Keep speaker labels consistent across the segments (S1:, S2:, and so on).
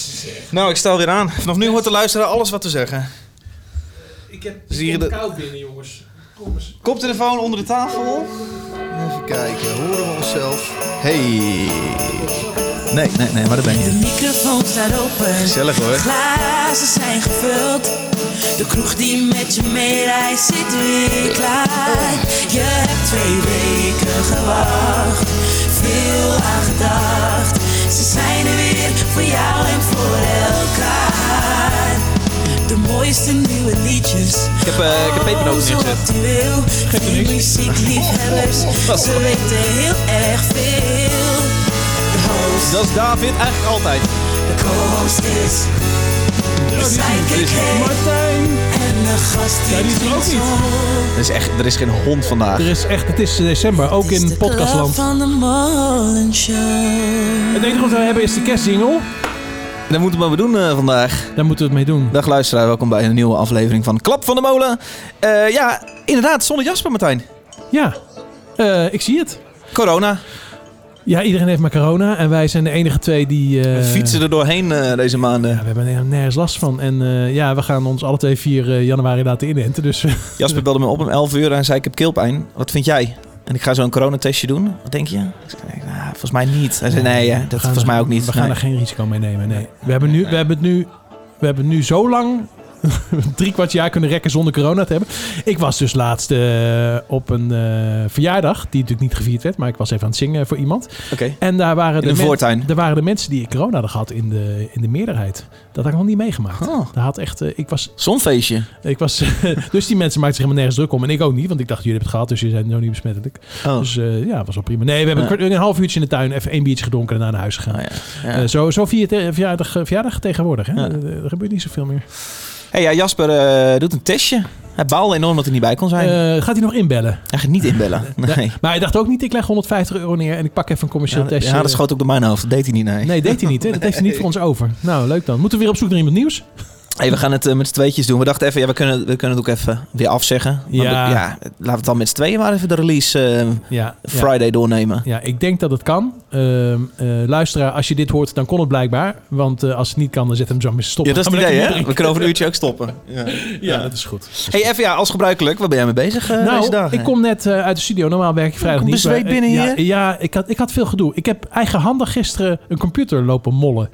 S1: zeg.
S2: Nou, ik stel weer aan. Vanaf nu hoort de luisteraar alles wat te zeggen.
S1: Ik heb
S2: Zie je
S1: ik kom
S2: dat-
S1: koud binnen, jongens. Kom eens.
S2: Koptelefoon onder de tafel. Even kijken, horen we onszelf? Hey. Nee, nee, nee, maar dat ben
S3: De
S2: je.
S3: microfoon staat open,
S2: Gezellig hoor.
S3: glazen zijn gevuld. De kroeg die met je meereist zit weer klaar.
S4: Oh.
S3: Je hebt twee weken gewacht, veel aan gedacht. Ze zijn er weer voor jou en voor elkaar. De mooiste nieuwe liedjes.
S4: Ik heb, eh, ik heb pepernoten
S3: Oh, zo
S4: neergezet.
S3: actueel. Die muziekliefhebbers, ze weten heel erg veel. De host
S4: Dat is David eigenlijk altijd.
S3: de co-host is. De sidekick heet
S1: Martijn!
S3: en de gast
S1: Ja, die
S3: die
S1: is er ook
S3: klinkt
S1: niet.
S3: zo.
S4: Er is, echt, er is geen hond vandaag.
S1: Er is echt, het is december, ook
S3: Het is
S1: in
S3: de club
S1: podcastland.
S3: van de Molen Show.
S1: Het enige wat we hebben is de kerstsingle.
S2: Dat moeten we maar doen eh, vandaag.
S1: Daar moeten we het mee doen.
S2: Dag luisteraar, welkom bij een nieuwe aflevering van Klap van de Molen. Eh, ja, inderdaad, zonder Jasper Martijn.
S1: Ja, Eh, ik zie het.
S2: Corona.
S1: Ja, iedereen heeft maar corona en wij zijn de enige twee die... eh,
S2: We fietsen er doorheen eh, deze
S1: Ja,
S2: maanden.
S1: we hebben er nergens last van. En eh, ja, we gaan ons alle twee 4 eh, januari laten inenten. Dus
S2: Jasper belde me op om 11 uur en zei ik heb keelpijn. Wat vind jij? En ik ga zo een coronatestje doen. Wat denk je? Ik zei, nou, volgens mij niet. Hij zei nee, eh,
S1: We
S2: dat
S1: gaan
S2: volgens
S1: er-
S2: mij ook niet.
S1: We gaan
S2: Nee.
S1: er geen risico mee nemen, nee. We hebben, nu, we hebben het nu, we hebben nu zo lang, drie kwart jaar kunnen rekken zonder corona te hebben. Ik was dus laatst eh, op een eh, verjaardag, die natuurlijk niet gevierd werd, maar ik was even aan het zingen voor iemand.
S2: Oké.
S1: En daar waren,
S2: In een
S1: de, men-
S2: voortuin.
S1: daar waren de mensen die corona hadden gehad in de, in de meerderheid. Dat had ik nog niet meegemaakt.
S2: Oh.
S1: Daar had echt, eh, ik was,
S2: Zonfeestje.
S1: ik was, dus die mensen maakten zich helemaal nergens druk om. En ik ook niet, want ik dacht, jullie hebben het gehad, dus jullie zijn zo niet besmettelijk.
S2: Oh.
S1: Dus eh, ja, was wel prima. Nee, we hebben
S2: Ja.
S1: een kwart- een half uurtje in de tuin, even één biertje gedronken en daarna naar huis gegaan.
S2: Oh, ja. Ja.
S1: Eh, zo, zo vier je te- verjaardag, eh, verjaardag tegenwoordig. Hè?
S2: Ja.
S1: Eh, Er, gebeurt niet zoveel meer.
S2: Hey, ja, Jasper eh, doet een testje. Hij baalde enorm dat hij niet bij kon zijn.
S1: Eh, gaat hij nog inbellen?
S2: hij gaat niet inbellen. Nee.
S1: Maar hij dacht ook niet, ik leg 150 euro neer en ik pak even een commercieel
S2: Ja,
S1: testje. eh.
S2: ja, dat schoot ook door mijn hoofd. Dat deed hij niet, nee.
S1: Nee, deed hij niet. Hè? Dat heeft hij niet voor ons over. Nou, leuk dan. Moeten we weer op zoek naar iemand nieuws?
S2: Hey, we gaan het eh, met z'n tweetjes doen. We dachten even, ja, we, kunnen, we kunnen het ook even weer afzeggen. Maar
S1: Ja.
S2: we- ja, laten we het dan met z'n tweeën maar even de release eh,
S1: Ja, ja.
S2: Friday doornemen.
S1: ja, ik denk dat het kan. Ehm, eh, luisteraar, als je dit hoort, dan kon het blijkbaar. Want eh, als het niet kan, dan zet hem zo maar
S2: Ja,
S1: stoppen.
S2: dat is het idee, hè? We kunnen over een uurtje ook stoppen. Ja.
S1: Ja, dat is goed.
S2: Hey, even, ja, als gebruikelijk, waar ben jij mee bezig eh, deze
S1: nou,
S2: dagen? Oh,
S1: ik kom net eh, uit de studio. Normaal werk ik vrijdag
S2: Komt
S1: niet.
S2: bezweet
S1: maar, eh,
S2: binnen
S1: ja,
S2: hier?
S1: Ja, ik had, ik had veel gedoe. Ik heb eigenhandig gisteren een computer lopen mollen.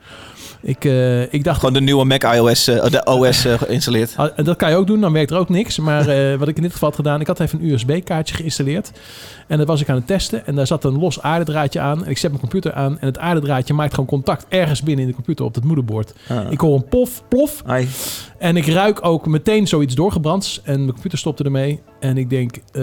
S1: Ik, eh, ik dacht,
S2: Gewoon de nieuwe Mac iOS, eh, de OS eh, geïnstalleerd.
S1: Ah, en Dat kan je ook doen, dan werkt er ook niks. Maar eh, wat ik in dit geval had gedaan, ik had even een USB-kaartje geïnstalleerd. En dat was ik aan het testen. En daar zat een los aardedraadje aan. En ik zet mijn computer aan. En het aardedraadje maakt gewoon contact ergens binnen in de computer op het moederbord.
S2: Ah.
S1: Ik hoor een pof, plof.
S2: Ai.
S1: En ik ruik ook meteen zoiets doorgebrands. En mijn computer stopte ermee. En ik denk, eh,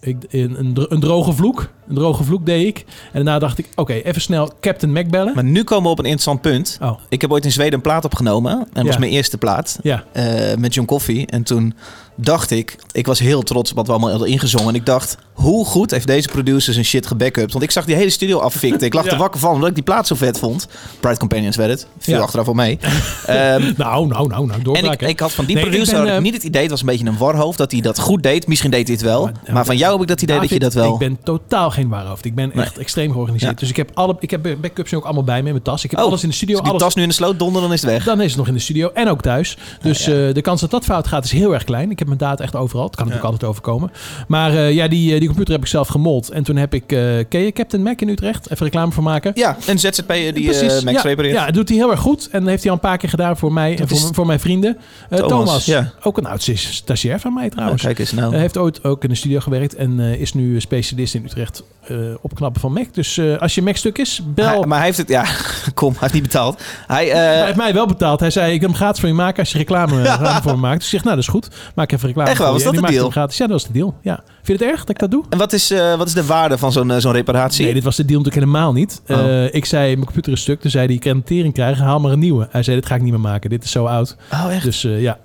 S1: ik, een, een, dro- een droge vloek. Een droge vloek deed ik. En daarna dacht ik, oké, even snel Captain Mac bellen.
S2: Maar nu komen we op een interessant punt.
S1: Oh,
S2: Ik heb ooit in Zweden een plaat opgenomen. En
S1: Ja.
S2: dat was mijn eerste plaat.
S1: ja.
S2: eh, met John Coffee. En toen dacht ik, ik was heel trots op wat we allemaal hadden ingezongen. En ik dacht, hoe goed heeft deze producer zijn shit gebackupt? Want ik zag die hele studio afvikten. Ik lag
S1: Ja.
S2: er wakker van, omdat ik die plaat zo vet vond. Pride Companions werd het. Viel
S1: Ja.
S2: achteraf al mee. Ehm,
S1: Nou, nou, nou, nou,
S2: en ik,
S1: doorbraak. hè.
S2: ik had van die
S1: Nee, ik
S2: producer
S1: ben,
S2: had ik
S1: eh,
S2: niet het idee, het was een beetje een warhoofd, dat hij dat goed deed. Misschien deed hij het wel.
S1: Maar- eh,
S2: Maar, van jou heb ik dat idee dat je
S1: David,
S2: dat wel...
S1: Ik ben totaal geen waarhoofd. Ik ben echt extreem georganiseerd.
S2: Ja.
S1: Dus ik heb alle ik heb backups nu ook allemaal bij me in mijn tas. Ik heb
S2: Oh,
S1: alles in de studio.
S2: als ik die
S1: Alles,
S2: tas nu in de sloot donder, dan is het weg.
S1: Dan is het nog in de studio en ook thuis. Dus eh, de kans dat dat fout gaat is heel erg klein. Ik heb mijn data echt overal. Het kan natuurlijk altijd overkomen. Maar eh, ja, die, eh, die computer heb ik zelf gemold. En toen heb ik... eh ken je Captain Mac in Utrecht? Even reclame voor maken.
S2: Ja, een ZZP'er die eh
S1: Precies.
S2: Max
S1: ja,
S2: repareert.
S1: ja, dat doet hij heel erg goed. En dat heeft hij al een paar keer gedaan voor mij en
S2: Dat
S1: voor,
S2: is-
S1: mijn- voor mijn vrienden. Eh,
S2: Thomas,
S1: Thomas,
S2: ja.
S1: ook een oud stagiair van mij
S2: Nou,
S1: trouwens.
S2: kijk eens nou.
S1: Hij heeft ooit ook in de studio gewerkt en eh, is nu specialist in Utrecht eh, opknappen van Mac. Dus eh, als je Mac stuk is, bel.
S2: Hij-
S1: Hij,
S2: maar hij heeft het... Ja, kom, hij heeft niet betaald. Hij, eh,
S1: heeft mij wel betaald. Hij zei, ik wil hem gratis voor je maken als je reclame reclame voor me maakt. Dus ik zeg, nou dat is goed. Maak even reclame
S2: Echt waar,
S1: voor
S2: was
S1: je. En die
S2: dat de
S1: maakte
S2: deal?
S1: hem gratis. Ja, dat was de deal. Ja. Vind je het erg dat ik dat doe?
S2: En wat is, eh, wat is de waarde van zo'n eh, zo'n reparatie?
S1: Nee, dit was de deal natuurlijk helemaal niet.
S2: Oh.
S1: Eh, ik zei, mijn computer is stuk. Toen zei hij, ik kan een tering krijgen, haal maar een nieuwe. Hij zei, dit ga ik niet meer maken. Dit is zo oud.
S2: Oh, echt?
S1: Dus eh, ja,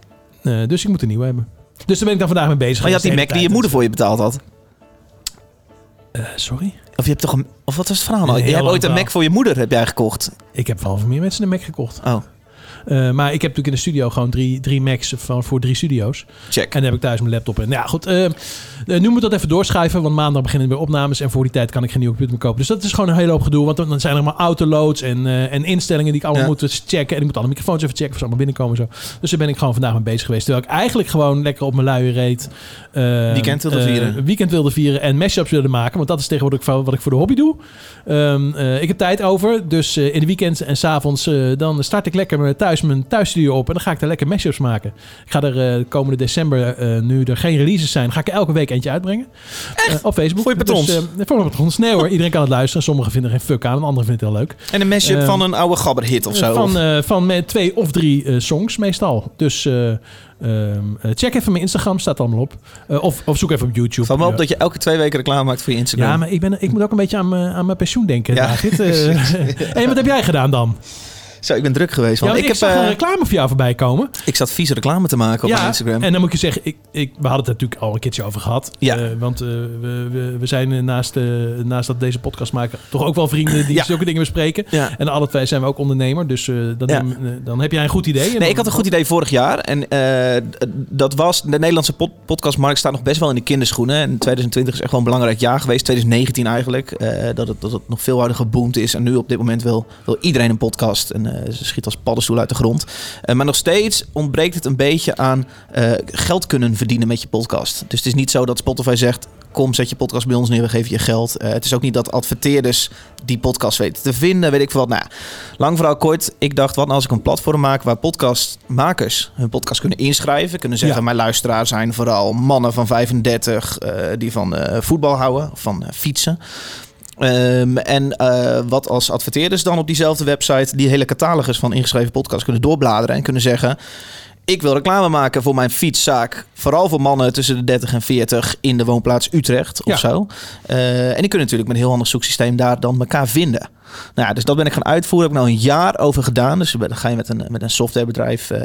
S1: Eh, dus ik moet een nieuwe hebben. Dus daar ben ik dan vandaag mee bezig.
S2: Maar je had die Mac die je moeder voor je betaald had.
S1: Eh, sorry?
S2: Of je hebt toch een, Of wat was het verhaal
S1: Een
S2: nou? Je
S1: heel
S2: hebt
S1: lang
S2: ooit een
S1: verhaal.
S2: Mac voor je moeder heb jij gekocht.
S1: Ik heb wel voor meer mensen een Mac gekocht.
S2: Oh.
S1: Eh, maar ik heb natuurlijk in de studio gewoon drie, drie Macs van, voor drie studio's.
S2: Check.
S1: En dan heb ik thuis mijn laptop. En nou ja, goed. eh, eh, nu moet dat even doorschuiven. Want maandag beginnen weer opnames. En voor die tijd kan ik geen nieuwe computer meer kopen. Dus dat is gewoon een hele hoop gedoe. Want dan dan zijn er maar autoloads en, eh, en instellingen die ik allemaal
S2: Ja.
S1: moet eens checken. En ik moet alle microfoons even checken of ze allemaal binnenkomen. en Zo. Dus daar ben ik gewoon vandaag mee bezig geweest. Terwijl ik eigenlijk gewoon lekker op mijn luie reed. eh,
S2: Weekend wilde
S1: eh,
S2: vieren.
S1: weekend wilde vieren. En mashups wilde maken. Want dat is tegenwoordig van wat ik voor de hobby doe. Ehm, eh, ik heb tijd over. Dus eh, in de weekends en s'avonds eh dan start ik lekker met thuis mijn thuisstudio op. En dan ga ik daar lekker mashups maken. Ik ga er eh, komende december, eh, nu er geen releases zijn, ga ik er elke week eentje uitbrengen. Eh, op Facebook.
S2: Voor je patrons?
S1: Dus, eh, voor mijn patrons. Nee hoor, iedereen kan het luisteren. Sommigen vinden er geen fuck aan, en anderen vinden het heel leuk.
S2: En een mashup
S1: Ehm,
S2: van een oude gabberhit of zo.
S1: Van,
S2: of-
S1: eh, van met twee of drie eh, songs meestal. Dus eh, ehm, eh, check even mijn Instagram, staat allemaal op. Eh, of, of zoek even op YouTube.
S2: Van me op
S1: Ja.
S2: dat je elke twee weken reclame maakt voor je Instagram.
S1: Ja, maar ik, ben, ik moet ook een beetje aan mijn, aan mijn pensioen denken.
S2: Ja.
S1: Ja. David. Eh, hey, wat heb jij gedaan dan?
S2: Zo, ik ben druk geweest.
S1: Ja,
S2: Want
S1: want
S2: ik,
S1: ik,
S2: heb,
S1: zag
S2: eh,
S1: een reclame voor jou voorbij komen.
S2: ik zat vieze reclame te maken op mijn Instagram.
S1: En dan moet je zeggen, ik, ik, we hadden het natuurlijk al een keertje over gehad.
S2: Ja.
S1: Eh, want eh, we, we, we zijn eh, naast, eh, naast dat we deze podcast maken toch ook wel vrienden die
S2: Ja.
S1: zulke dingen bespreken.
S2: Ja.
S1: En alle twee zijn we ook ondernemer. Dus eh, dan,
S2: Ja.
S1: eh, dan heb jij een goed idee. En
S2: Nee,
S1: dan-
S2: ik had een goed idee vorig jaar. En eh, d- dat was. De Nederlandse pod- podcastmarkt staat nog best wel in de kinderschoenen. En 2020 is echt wel een belangrijk jaar geweest. 2019 eigenlijk. eh, dat, het, dat het nog veel harder geboomd is. En nu op dit moment wil, wil iedereen een podcast. En eh, ze schiet als paddenstoel uit de grond. Eh, maar nog steeds ontbreekt het een beetje aan eh, geld kunnen verdienen met je podcast. Dus het is niet zo dat Spotify zegt. Kom, zet je podcast bij ons neer, we geven je geld. Eh, het is ook niet dat adverteerders die podcast weten te vinden, weet ik veel wat. Nou, ja, Lang verhaal kort, ik dacht, wat nou als ik een platform maak waar podcastmakers hun podcast kunnen inschrijven. Kunnen zeggen,
S1: Ja.
S2: mijn luisteraar zijn vooral mannen van 35 eh, die van eh, voetbal houden, of van eh, fietsen. Ehm, en eh, wat als adverteerders dan op diezelfde website die hele catalogus van ingeschreven podcasts kunnen doorbladeren en kunnen zeggen... Ik wil reclame maken voor mijn fietszaak. Vooral voor mannen tussen de 30 en 40 in de woonplaats Utrecht of
S1: Ja.
S2: zo. Eh, en die kunnen natuurlijk met een heel ander zoeksysteem daar dan elkaar vinden. Nou ja, dus dat ben ik gaan uitvoeren. Heb ik nou een jaar over gedaan. Dus dan ga je met een, met een softwarebedrijf eh,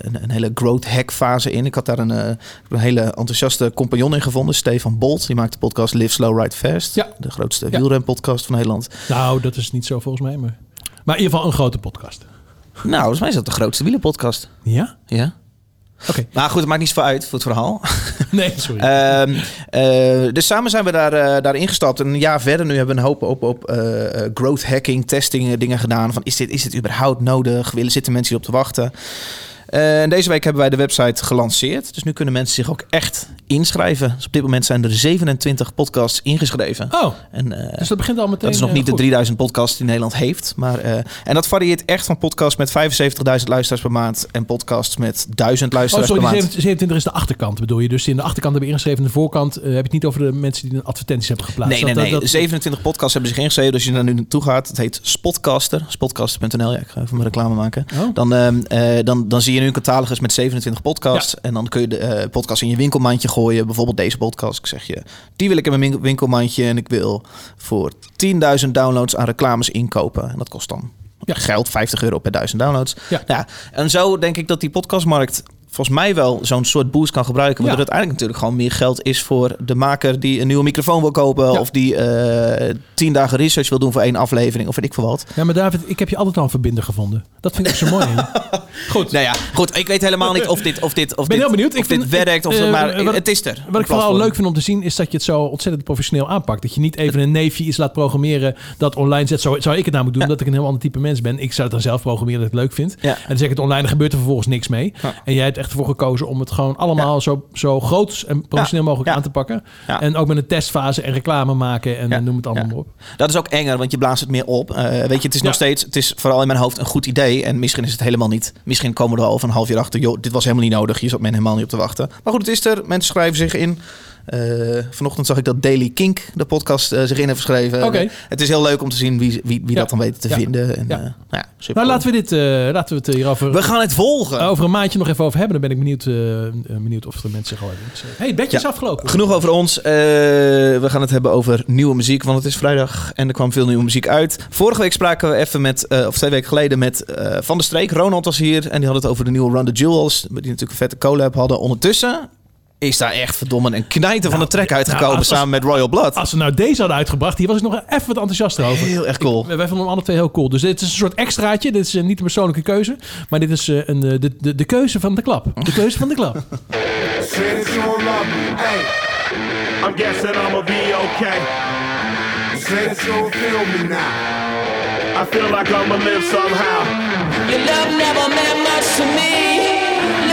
S2: een, een hele growth hack fase in. Ik had daar een, eh, een hele enthousiaste compagnon in gevonden. Stefan Bolt. Die maakt de podcast Live Slow Ride Fast.
S1: Ja.
S2: De grootste
S1: Ja.
S2: wielrenpodcast van Nederland.
S1: Nou, dat is niet zo volgens mij. Maar, maar in ieder geval een grote podcast.
S2: Nou, volgens mij is dat de grootste wielerpodcast.
S1: Ja?
S2: Ja.
S1: Oké.
S2: Maar goed, het maakt niet zoveel uit voor het verhaal.
S1: Nee, sorry.
S2: Ehm, eh, dus samen zijn we daar, eh daar ingestapt. En een jaar verder nu hebben we een hoop op, op eh, eh, growth hacking, testing eh, dingen gedaan. Van is dit, is dit überhaupt nodig? Willen zitten mensen hierop te wachten? Eh, en deze week hebben wij de website gelanceerd. Dus nu kunnen mensen zich ook echt inschrijven. Dus op dit moment zijn er 27 podcasts ingeschreven.
S1: oh,
S2: En, eh,
S1: dus dat begint al meteen.
S2: dat is nog
S1: eh,
S2: niet de
S1: goed.
S2: 3000 podcasts die Nederland heeft. Maar, eh, en dat varieert echt van podcasts met 75.000 luisteraars per maand. En podcasts met 1000
S1: Oh,
S2: luisteraars
S1: sorry,
S2: per
S1: die
S2: maand.
S1: 27 27 is de achterkant bedoel je. Dus in de achterkant hebben we ingeschreven. In de voorkant eh, heb je het niet over de mensen die een advertenties hebben geplaatst.
S2: Nee, nee,
S1: Dat-
S2: nee.
S1: dat- dat-
S2: 27 podcasts hebben zich ingeschreven. Dus als je daar nu naartoe gaat, het heet Spotcaster. Spotcaster.nl. Ja, ik ga even mijn reclame maken.
S1: Oh.
S2: Dan, ehm, eh, dan, dan zie je nu een catalogus met 27 podcasts. En dan kun je de eh, podcast in je winkelmandje gooien. Bijvoorbeeld deze podcast. Ik zeg je, die wil ik in mijn win- winkelmandje. En ik wil voor 10.000 downloads aan reclames inkopen. En dat kost dan
S1: Ja.
S2: geld, 50 euro per 1000 downloads.
S1: Ja.
S2: Nou Ja. en zo denk ik dat die podcastmarkt volgens mij wel zo'n soort boost kan gebruiken. Want
S1: Ja.
S2: er uiteindelijk natuurlijk gewoon meer geld is voor de maker die een nieuwe microfoon wil kopen.
S1: Ja.
S2: Of die eh, 10 dagen research wil doen voor één aflevering. Of weet ik veel wat.
S1: Ja, maar David, ik heb je altijd al een verbinder gevonden. Dat vind ik ook zo mooi. hè? Goed.
S2: Nou ja, goed. Ik weet helemaal niet of dit, of dit, of
S1: Ben
S2: dit,
S1: heel benieuwd. Ik
S2: of dit
S1: vind-
S2: werkt. Of
S1: ik-
S2: dat-
S1: eh,
S2: maar
S1: wat-
S2: het is er.
S1: Wat
S2: een
S1: ik vooral
S2: platform.
S1: leuk vind om te zien is dat je het zo ontzettend professioneel aanpakt. Dat je niet even een neefje iets laat programmeren dat online zet. Zo zou ik het namelijk doen, omdat ik een heel ander type mens ben. Ik zou het dan zelf programmeren dat ik het leuk vind.
S2: Ja.
S1: En dan zeg ik het online, er gebeurt er vervolgens niks mee.
S2: Ja.
S1: En jij hebt echt ervoor gekozen om het gewoon allemaal zo, zo groot en professioneel mogelijk
S2: Ja.
S1: aan te pakken.
S2: Ja.
S1: En ook met een testfase en reclame maken en eh,
S2: Ja.
S1: noem het allemaal
S2: Ja.
S1: maar op.
S2: Dat is ook enger, want je blaast het meer op. Eh, weet je, het is nog
S1: Ja.
S2: steeds, het is vooral in mijn hoofd een goed idee. En misschien is het helemaal niet. Misschien komen we er al van een half jaar achter. Joh, dit was helemaal niet nodig. Hier zat men helemaal niet op te wachten. Maar goed, het is er. Mensen schrijven zich in. Eh, vanochtend zag ik dat Daily Kink, de podcast, eh, zich in heeft geschreven.
S1: Oké.
S2: Het is heel leuk om te zien wie, wie, wie
S1: Ja.
S2: dat dan weten te
S1: Ja.
S2: vinden. En,
S1: Ja.
S2: eh, nou ja,
S1: Nou,
S2: super cool.
S1: laten we, dit, eh, laten we het hierover...
S2: we gaan het volgen.
S1: Eh, Over een maandje nog even over hebben. Dan ben ik benieuwd, eh, eh, benieuwd of de mensen gewoon iets zeggen. hey, het bedje is
S2: Ja.
S1: afgelopen.
S2: Genoeg over ons. Eh, we gaan het hebben over nieuwe muziek, want het is vrijdag en er kwam veel nieuwe muziek uit. Vorige week spraken we even met, eh, of twee weken geleden, met eh, Van der Streek. Ronald was hier en die had het over de nieuwe Run the Jewels, die natuurlijk een vette collab hadden. Ondertussen is daar echt verdomme een knijter van de trek uitgekomen
S1: nou, als-
S2: samen met Royal Blood.
S1: Als ze nou deze hadden uitgebracht, hier was ik nog even wat enthousiaster over.
S2: Heel erg cool.
S1: Wij wij vonden hem alle twee heel cool. Dus dit is een soort extraatje. Dit is eh, niet een persoonlijke keuze. Maar dit is eh, een, eh, de, de, de keuze van de klap. De keuze van de klap.
S5: Said if you don't love me, hey.
S6: I'm guessing I'ma be okay.
S5: Said if you don't feel me now.
S6: I feel like I'ma live somehow.
S3: Your love never meant much to me.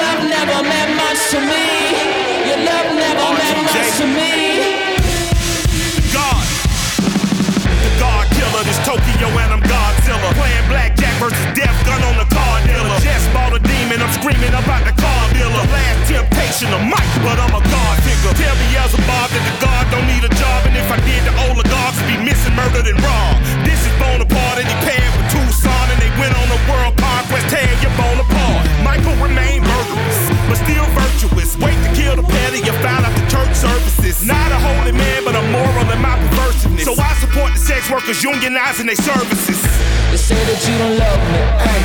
S3: Love never meant much to me. Your love never meant much to me.
S6: God. The God killer, this Tokyo and I'm Godzilla. Playing blackjack versus death gun on the card dealer. Just bought a demon, I'm screaming about the car dealer. Last temptation of Mike, but I'm a God figure. Tell Beelzebub that the God don't need a job, and if I did, the oligarchs be missing, murdered, and robbed. This is Bonaparte, and he paired with Tucson, and they went on a world conquest, tear your Bonaparte. Michael remained murderous, but still virtuous. Wait to kill the petty, you found out the church services. Not a holy man, but a moral in my perversiveness. So I support the sex workers unionizing their services.
S3: They say that you don't love me. Hey,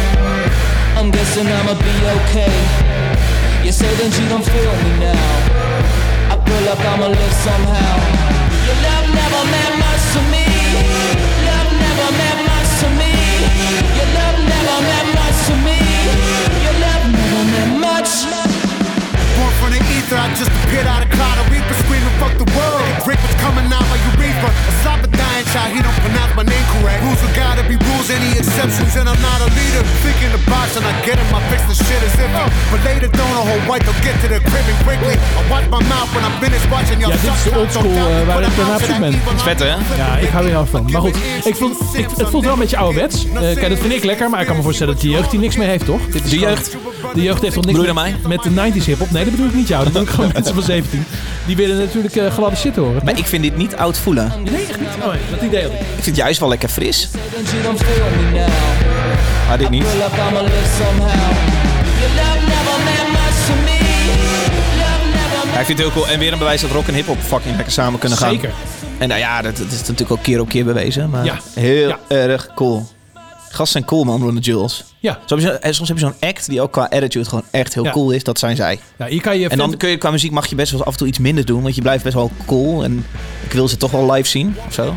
S3: I'm guessing I'ma be okay. You say that you don't feel me now. I feel like I'ma live somehow. Your love never meant much to me. Love never meant much to me. Your love never meant much to me. Your love never meant much.
S5: Born from the ether, I just appeared out of cloud. A reaper screaming, fuck the world. Rick was coming out my urethra. A slap a dying child, he don't pronounce my name correct. Rules are gotta be rules, any exceptions, and I'm not a leader. Think in the box and I get him, I fix the shit as if. But later, don't a whole white, they'll get to the crib and quickly. I watch my mouth when I'm finished watching y'all
S1: Ja, dit is de
S5: suck.
S1: oldschool,
S5: Don't doubt
S1: eh,
S5: me,
S1: waar
S5: put
S1: ik
S5: a
S1: dan
S5: mouse
S1: naartoe
S5: in that
S1: ben.
S5: evil
S1: Het
S4: is vet, hè?
S5: mouth.
S1: Ja, ik hou er heel van. Maar goed, ik vond, ik, het voelt wel een beetje ouderwets. Eh, kijk, dat vind ik lekker, maar ik kan me voorstellen dat de jeugd hier niks mee heeft, toch? Dit is
S2: De
S1: gewoon-
S2: jeugd?
S1: De jeugd heeft toch niks
S2: Bedoel je
S1: met,
S2: dan
S1: met de 90s hip-hop? Nee, dat bedoel ik niet jou. Dat bedoel ik gewoon mensen van 17. Die willen natuurlijk eh, gladde shit horen.
S2: Maar ik vind dit niet oud voelen.
S1: Nee, echt niet. Oh, nee, dat idee had ik.
S2: Ik vind het juist wel lekker fris.
S3: That you don't feel me now.
S2: Maar dit niet.
S3: Feel like I'ma live somehow. Your love never meant much to me. Love never meant
S2: Ja, ik vind het heel cool. En weer een bewijs dat rock en hip-hop fucking lekker samen kunnen gaan.
S1: Zeker.
S2: En nou ja, dat, dat is natuurlijk al keer op keer bewezen. Maar
S1: Ja.
S2: heel
S1: Ja.
S2: erg cool. Gasten zijn cool, man, Ron de Jules.
S1: Ja.
S2: Soms heb, je, en soms heb je zo'n act die ook qua attitude gewoon echt heel
S1: Ja.
S2: cool is. Dat zijn zij.
S1: ja, nou, hier kan je
S2: En dan kun je, qua muziek mag je best wel af en toe iets minder doen. Want je blijft best wel cool. En ik wil ze toch wel live zien. Of zo.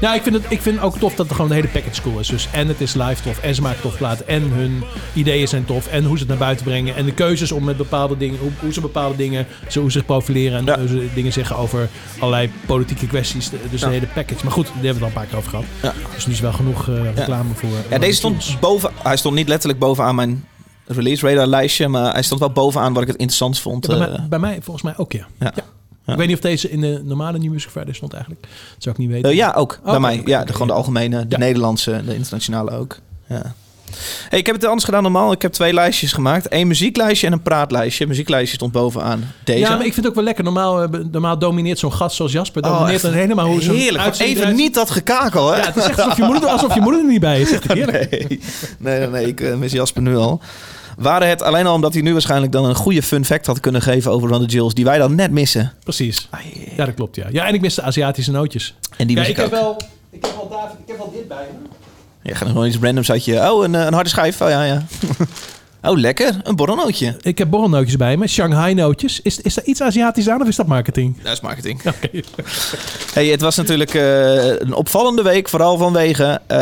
S1: Nou, ik vind, het, ik vind ook tof dat er gewoon de hele package cool is. Dus en het is live tof, en ze maken tof platen, en hun ideeën zijn tof, en hoe ze het naar buiten brengen, en de keuzes om met bepaalde dingen, hoe, hoe ze bepaalde dingen, zo, hoe ze zich profileren, en
S2: Ja.
S1: hoe ze dingen zeggen over allerlei politieke kwesties. De- Dus
S2: Ja.
S1: de hele package. Maar goed, daar hebben we het al een paar keer over gehad.
S2: Ja.
S1: Dus nu is wel genoeg eh, reclame voor.
S2: Ja, deze stond boven. Hij stond niet letterlijk bovenaan mijn release radar lijstje. Maar hij stond wel bovenaan wat ik het interessant vond.
S1: Bij,
S2: eh,
S1: mij, bij mij volgens mij ook, ja.
S2: ja.
S1: Ik weet niet of deze in de normale New Music Friday stond eigenlijk. Dat zou ik niet weten.
S2: Eh, ja, ook. bij
S1: oké,
S2: mij.
S1: oké,
S2: ja,
S1: oké,
S2: de, gewoon de
S1: ja.
S2: algemene, de
S1: Ja.
S2: Nederlandse, de internationale ook. Ja. Hey, ik heb het anders gedaan dan normaal. Ik heb twee lijstjes gemaakt. Eén muzieklijstje en een praatlijstje. muzieklijstje stond bovenaan. Deze.
S1: Ja, maar ik vind het ook wel lekker. Normaal, eh, normaal domineert zo'n gast zoals Jasper.
S2: Oh,
S1: Domineert
S2: echt
S1: dan helemaal hoe zo'n
S2: Heerlijk.
S1: uitzending
S2: Even
S1: eruit ziet.
S2: niet dat gekakel, hè?
S1: Ja, het is echt alsof je moeder, alsof je moeder er niet bij is. Echt heerlijk.
S2: Nee, nee, nee, nee, ik eh, mis Jasper nu al. Waren het alleen al omdat hij nu waarschijnlijk dan een goede fun fact had kunnen geven over Run the Jills, die wij dan net missen.
S1: Precies. Ja, dat klopt, ja. Ja, en ik mis de Aziatische nootjes.
S2: En Ah, die
S1: ja,
S2: mis ik,
S1: ik heb
S2: ook.
S1: wel... Ik heb wel David, ik heb wel dit bij me.
S2: Je gaat gewoon iets randoms uit je. Oh, een, eh, een harde schijf. Oh ja, ja. oh, lekker. Een borrelnootje.
S1: Ik heb borrelnootjes bij me, Shanghai nootjes. Is, is er iets Aziatisch aan of Nou, is dat marketing?
S2: Dat is marketing.
S1: Oké.
S2: Hey, het was natuurlijk eh, een opvallende week, vooral vanwege eh,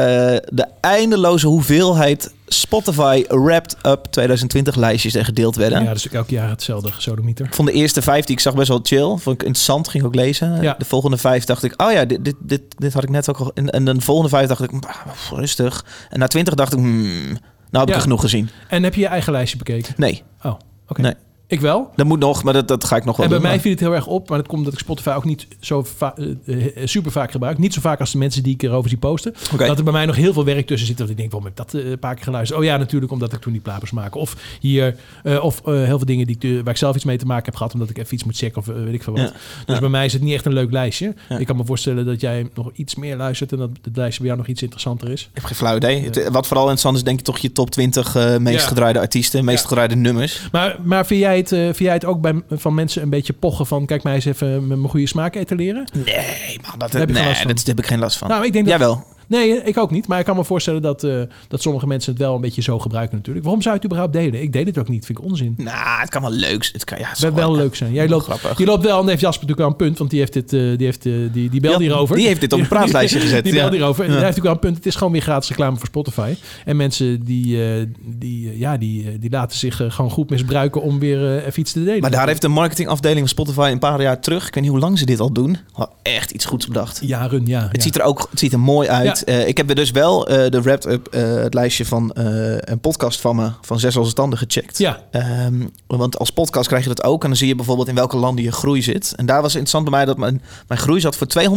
S2: de eindeloze hoeveelheid Spotify Wrapped Up 2020 lijstjes die gedeeld werden.
S1: Ja, dat is natuurlijk elk jaar hetzelfde, gesodemieter.
S2: Ik vond de eerste vijf die ik zag best wel chill. Vond ik interessant, ging ook lezen.
S1: Ja.
S2: De volgende vijf dacht ik, oh ja, dit, dit, dit, dit had ik net ook al. En, en de volgende vijf dacht ik, mm, pff, rustig. En na twintig dacht ik, hmm, nou heb ik
S1: Ja.
S2: er genoeg gezien.
S1: En heb je je eigen lijstje bekeken?
S2: Nee,
S1: Oh, oké.
S2: Nee.
S1: Ik wel.
S2: dat moet nog, maar dat, dat ga ik nog wel
S1: En bij
S2: doen.
S1: mij
S2: maar-
S1: viel het heel erg op, maar dat komt omdat ik Spotify ook niet zo va- eh, eh, super vaak gebruik. Niet zo vaak als de mensen die ik erover zie posten.
S2: Oké.
S1: Dat er bij mij nog heel veel werk tussen zit. Dat ik denk, waarom heb ik dat eh, een paar keer geluisterd? Oh ja, natuurlijk, omdat ik toen die plapers maak. Of hier, eh, of eh, heel veel dingen die ik, eh, waar ik zelf iets mee te maken heb gehad. Omdat ik even iets moet checken of eh, weet ik veel wat.
S2: Ja.
S1: Dus bij mij is het niet echt een leuk lijstje.
S2: Ja.
S1: Ik kan me voorstellen dat jij nog iets meer luistert. En dat het lijstje bij jou nog iets interessanter is.
S2: Ik heb geen flauw idee. Het- Wat vooral interessant is, denk ik toch je top 20 eh, meest
S1: Ja.
S2: gedraaide artiesten, meest
S1: Ja.
S2: gedraaide nummers.
S1: Maar, maar vind, jij het, eh, vind jij het ook bij, van mensen een beetje pochen van... Kijk mij eens even met mijn goede smaak etaleren?
S2: Nee, man, dat,
S1: Daar heb je geen
S2: nee,
S1: last van.
S2: dat, daar heb ik geen last van.
S1: Nou, ik denk dat-
S2: Jawel.
S1: Nee, ik ook niet. Maar ik kan me voorstellen dat, eh, dat sommige mensen het wel een beetje zo gebruiken natuurlijk. Waarom zou je het überhaupt delen? Ik deed het ook niet. Vind ik onzin.
S2: Nou, het kan wel leuks. Het kan, ja, het is
S1: Het zou
S2: gewoon-
S1: wel leuk zijn. Jij loopt,
S2: Grappig.
S1: je loopt wel, en dan heeft Jasper natuurlijk wel een punt, want die heeft dit, eh, die heeft, eh, die, die belde
S2: Ja,
S1: hierover.
S2: die heeft dit op een praatlijstje gezet,
S1: Die
S2: ja.
S1: belde hierover. En Hij heeft natuurlijk wel een punt. Het is gewoon weer gratis reclame voor Spotify. En mensen die, eh, die, eh, ja, die, eh, die laten zich eh, gewoon goed misbruiken om weer eh, even iets te delen.
S2: Maar daar heeft de marketingafdeling van Spotify een paar jaar terug, ik weet niet hoe lang ze dit al doen, wel echt iets goeds bedacht.
S1: Jaren, ja.
S2: Het ziet er ook het ziet er mooi uit. Eh, ik heb er dus wel eh, de wrap-up, eh, het lijstje van eh, een podcast van me, van Zes Losse Tanden, gecheckt.
S1: Ja.
S2: Ehm, want als podcast krijg je dat ook. En dan zie je bijvoorbeeld in welke landen je groei zit. En daar was interessant bij mij dat mijn, mijn groei zat voor 200%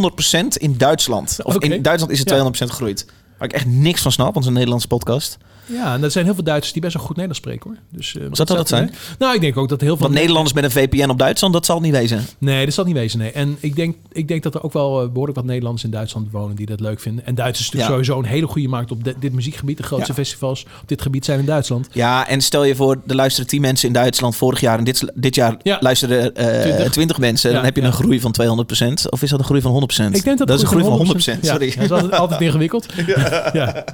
S2: in Duitsland. Of
S1: Oké.
S2: in Duitsland is het
S1: Ja.
S2: 200% gegroeid. Waar ik echt niks van snap, want het is een Nederlandse podcast.
S1: ja, en er zijn heel veel Duitsers die best wel goed Nederlands spreken hoor. Dus, eh, wat
S2: dat
S1: staat
S2: dat
S1: er, hè? Nou, ik denk ook dat heel veel...
S2: Want Nederlanders met een VPN op Duitsland, dat zal het niet wezen.
S1: Nee, dat zal niet wezen. Nee. En ik denk, ik denk dat er ook wel eh, behoorlijk wat Nederlanders in Duitsland wonen die dat leuk vinden. En Duitsers is natuurlijk
S2: Ja.
S1: sowieso een hele goede markt op de- dit muziekgebied. De grootste
S2: Ja.
S1: festivals op dit gebied zijn in Duitsland.
S2: Ja, en stel je voor, er luisteren 10 mensen in Duitsland vorig jaar. En dit, dit jaar
S1: Ja.
S2: luisteren eh,
S1: 20.
S2: 20. mensen.
S1: Ja,
S2: dan heb je
S1: ja.
S2: een groei van 200%. Of is dat een groei van 100%?
S1: Ik denk dat,
S2: is een groei van 100%.
S1: Ja,
S2: sorry.
S1: dat is altijd, altijd ingewikkeld. Ja.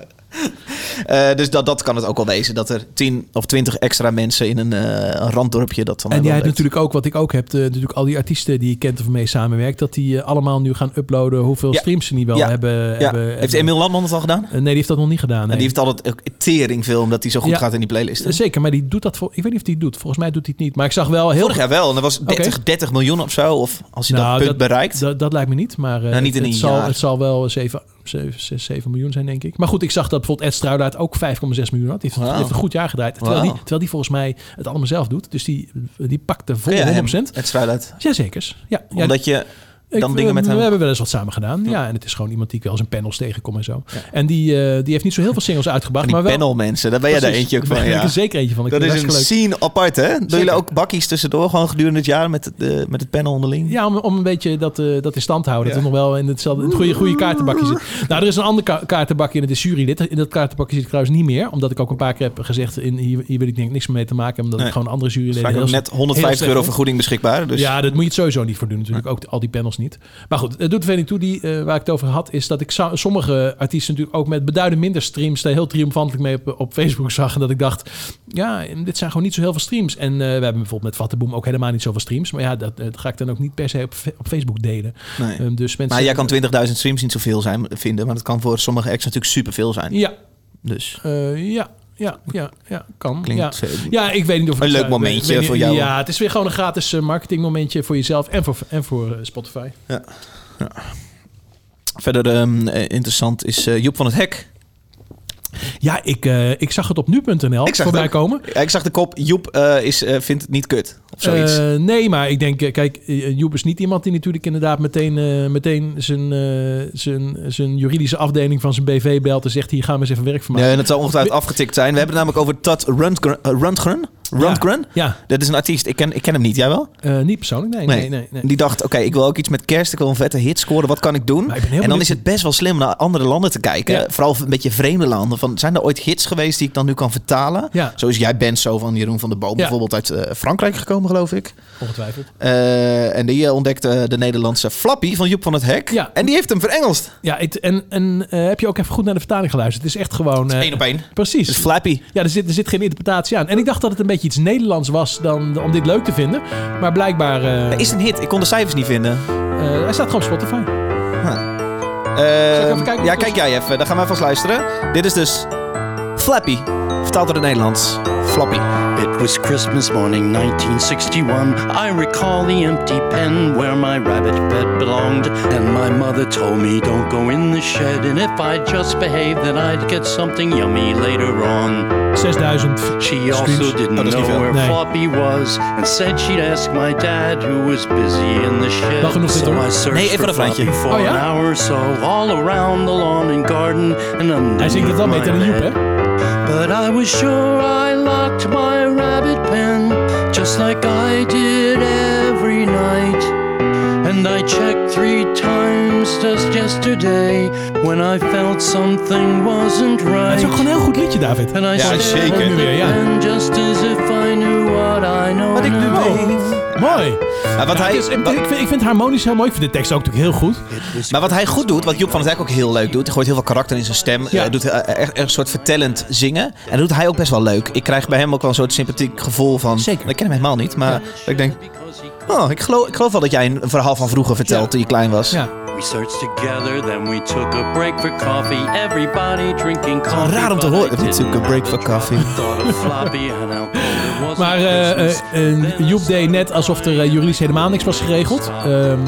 S2: Eh, dus dat, dat kan het ook wel wezen. Dat er 10 of 20 extra mensen in een eh, een randdorpje dat dan
S1: En jij
S2: wel
S1: hebt
S2: lukt.
S1: natuurlijk ook, wat ik ook heb, de, natuurlijk al die artiesten die je kent of mee samenwerkt, dat die eh, allemaal nu gaan uploaden hoeveel
S2: Ja.
S1: streams ze niet wel
S2: Ja.
S1: hebben.
S2: Ja.
S1: hebben,
S2: Heeft
S1: hebben.
S2: Emil Landman het al gedaan?
S1: Eh, Nee, die heeft dat nog niet gedaan.
S2: En
S1: nee.
S2: die heeft altijd ook tering veel, omdat hij zo goed
S1: Ja. Dus
S2: gaat in die playlist.
S1: Zeker, maar die doet dat. Voor, ik weet niet of die het doet. Volgens mij doet hij het niet. Maar ik zag wel heel
S2: Vorig jaar wel. En dat was 30, 30 miljoen of zo. Of als je dat
S1: Nou,
S2: punt bereikt.
S1: Dat, dat lijkt me niet, maar eh,
S2: Nou, niet in
S1: het,
S2: een
S1: zal,
S2: jaar.
S1: het zal wel 7, 7, 6, 7 miljoen zijn, denk ik. Maar goed, ik zag dat bijvoorbeeld Ed Struilaert ook 5,6 miljoen had. Die heeft,
S2: Wauw.
S1: heeft een goed jaar gedraaid. Terwijl,
S2: Wauw.
S1: die, terwijl die volgens mij het allemaal zelf doet. Dus die, die pakt de
S2: Ken
S1: volle
S2: jij hem?
S1: 100%.
S2: Het sluit uit.
S1: Jazekers. Ja, ja
S2: Omdat je
S1: ik- eh,
S2: dan dingen met
S1: we,
S2: hem...
S1: We hebben wel eens wat samen gedaan. Ja, en het is gewoon iemand die ik wel eens in panels tegenkom en zo. En die, eh, die heeft niet zo heel veel singles uitgebracht.
S2: Die
S1: maar wel,
S2: panel mensen, daar ben jij er
S1: Precies,
S2: eentje ook
S1: Daar
S2: van.
S1: ben ik
S2: Ja.
S1: er zeker eentje van. Ik
S2: Dat
S1: vind
S2: is
S1: het
S2: een
S1: hartstikke leuk.
S2: scene apart, hè? Doen jullie
S1: Zeker.
S2: ook bakkies tussendoor, gewoon gedurende het jaar met het, eh, met het panel onderling?
S1: Ja, om, om een beetje dat, eh, dat in stand te houden. Dat het nog wel in hetzelfde, het goede, goede kaartenbakje zit. Nou, er is een ander ka- kaartenbakje en het is jurylid. In dat kaartenbakje zit ik trouwens niet meer. Omdat ik ook een paar keer heb gezegd, in, hier, hier wil ik denk ik niks mee te maken. Omdat ik
S2: Nee.
S1: gewoon andere
S2: Vaak
S1: juryleden...
S2: ook
S1: heel
S2: net
S1: slecht-
S2: 150
S1: heel
S2: euro
S1: slecht vind.
S2: vergoeding beschikbaar. Dus
S1: Ja, dat moet je het sowieso niet voor doen natuurlijk. Ook al die panels niet. Maar goed, het doet er verder niet toe. Die, eh, waar ik het over had, is dat ik zo- sommige artiesten natuurlijk ook met beduidend minder streams... daar heel triomfantelijk mee op, op Facebook zag. En dat ik dacht, ja, dit zijn gewoon niet zo heel veel streams. En eh, we hebben bijvoorbeeld met Vattenboom ook helemaal niet zoveel streams. Maar ja, dat, eh, dat ga ik dan ook niet per se op, fe- op Facebook delen.
S2: Nee.
S1: Ehm, dus mensen,
S2: maar jij kan 20.000 streams niet zoveel zijn, vinden, maar dat kan voor sommige acts natuurlijk superveel zijn.
S1: Ja,
S2: Dus
S1: eh, ja. Ja, ja, ja, kan.
S2: Klinkt,
S1: ja.
S2: eh,
S1: ja, ik weet niet of het
S2: een leuk
S1: zou- ik weet-
S2: momentje
S1: ik weet niet-
S2: voor jou.
S1: Ja, het is weer gewoon een gratis eh, marketingmomentje voor jezelf en voor, en voor eh, Spotify.
S2: verder ehm, eh, interessant is eh, Joep van het Hek.
S1: Ja, ik, eh, ik zag het op nu.nl
S2: Ik zag
S1: voorbij
S2: het
S1: komen.
S2: Ja, ik zag de kop, Joep eh, is, eh, vindt het niet kut, of zoiets.
S1: Eh, nee, maar ik denk, eh, kijk, eh, Joep is niet iemand die natuurlijk inderdaad meteen, eh, meteen zijn, eh, zijn, zijn juridische afdeling van zijn BV belt en zegt: Hier gaan we eens even werk van maken.
S2: nee, dat zal ongetwijfeld afgetikt zijn. We hebben het namelijk over Tad Rundgren. eh, Rundgren? Rundgren?
S1: Ja,
S2: Dat is een artiest, ik ken, ik ken hem niet, jij wel?
S1: eh, niet persoonlijk. Nee, nee, nee. nee,
S2: Die dacht, oké, ik wil ook iets met kerst. Ik wil een vette hit scoren. Wat kan ik doen?
S1: Maar ik ben heel
S2: en dan
S1: benieuwd-
S2: is het best wel slim naar andere landen te kijken.
S1: Ja.
S2: Vooral een beetje vreemde landen. Van, zijn er ooit hits geweest die ik dan nu kan vertalen?
S1: Ja.
S2: Zoals jij bent zo van Jeroen van der Boom. Bijvoorbeeld uit eh, Frankrijk gekomen, geloof ik.
S1: Ongetwijfeld.
S2: Eh, en die eh, ontdekte de Nederlandse Flappy van Joep van het Hek.
S1: Ja.
S2: En die heeft hem verengelst.
S1: Ja, het- en, en eh, heb je ook even goed naar de vertaling geluisterd? Het is echt gewoon. eh,
S2: Eén op één.
S1: Precies.
S2: Het is Flappy.
S1: Ja, er zit, er zit geen interpretatie aan. En ik dacht dat het een beetje iets Nederlands was dan, om dit leuk te vinden. Maar blijkbaar. eh,
S2: Er is een hit. Ik kon de cijfers niet vinden.
S1: eh, hij staat gewoon op Spotify.
S2: Eh,
S1: even kijken?
S2: ja, kijk jij even. Dan gaan we even luisteren. Dit is dus Flappy. Vertaald door het Nederlands. Flappy. Eh,
S7: It was Christmas morning 1961. I recall the empty pen where my rabbit bed belonged. And my mother told me, don't go in the shed. And if I just behaved, then I'd get something yummy later on.
S1: 6000.
S7: She
S1: Streams.
S7: also didn't
S2: Oh, that's
S7: know
S2: Steve, yeah.
S7: where
S1: Nee.
S7: Floppy was and said she'd ask my dad, who was busy in the shed.
S1: Wel genoeg dit,
S7: So
S1: hoor.
S7: I searched
S2: Nee, even
S7: for
S2: dat rijtje.
S7: Floppy for
S1: Oh, ja?
S7: an hour or so, all around the lawn and garden. And
S1: Hij zingt het wel
S7: underneath
S1: beter
S7: my
S1: dan Joep,
S7: bed.
S1: hè?
S7: But I was sure I locked my rabbit pen, just like I did every night. And I checked three times just yesterday, when I felt something wasn't
S1: Het is ook
S7: right.
S1: gewoon een heel goed liedje, David.
S7: And I
S4: Ja,
S7: stared
S4: zeker.
S7: at
S1: Nu
S7: the
S1: weer, ja.
S7: pen just as if I knew what I know
S2: Wat ik nu
S7: now.
S2: weet.
S1: Mooi.
S2: Maar wat,
S1: Ja,
S2: hij,
S1: het is- ik,
S2: wat-
S1: ik vind, ik vind het harmonisch heel mooi. Ik vind de tekst ook natuurlijk heel goed.
S2: maar wat hij goed doet, wat Joep van het Hek ook heel leuk doet. Hij gooit heel veel karakter in zijn stem.
S1: Ja.
S2: Hij doet eh, echt, echt een soort vertellend zingen. En dat doet hij ook best wel leuk. Ik krijg bij hem ook wel een soort sympathiek gevoel van...
S1: Zeker.
S2: Ik ken hem helemaal niet, maar dat ik denk... Oh, ik geloof, ik geloof wel dat jij een verhaal van vroeger vertelt toen je klein was.
S1: Ja.
S7: We searched together, then we took a break for coffee. Everybody drinking coffee.
S2: Raar om te
S7: but I
S2: horen.
S7: didn't
S2: Natuurlijk een break for coffee.
S7: thought of floppy and how cold it was
S1: Maar
S7: in
S1: eh,
S7: Christmas.
S1: eh, eh, Joep deed net alsof er eh, juridisch helemaal niks was geregeld. Ehm,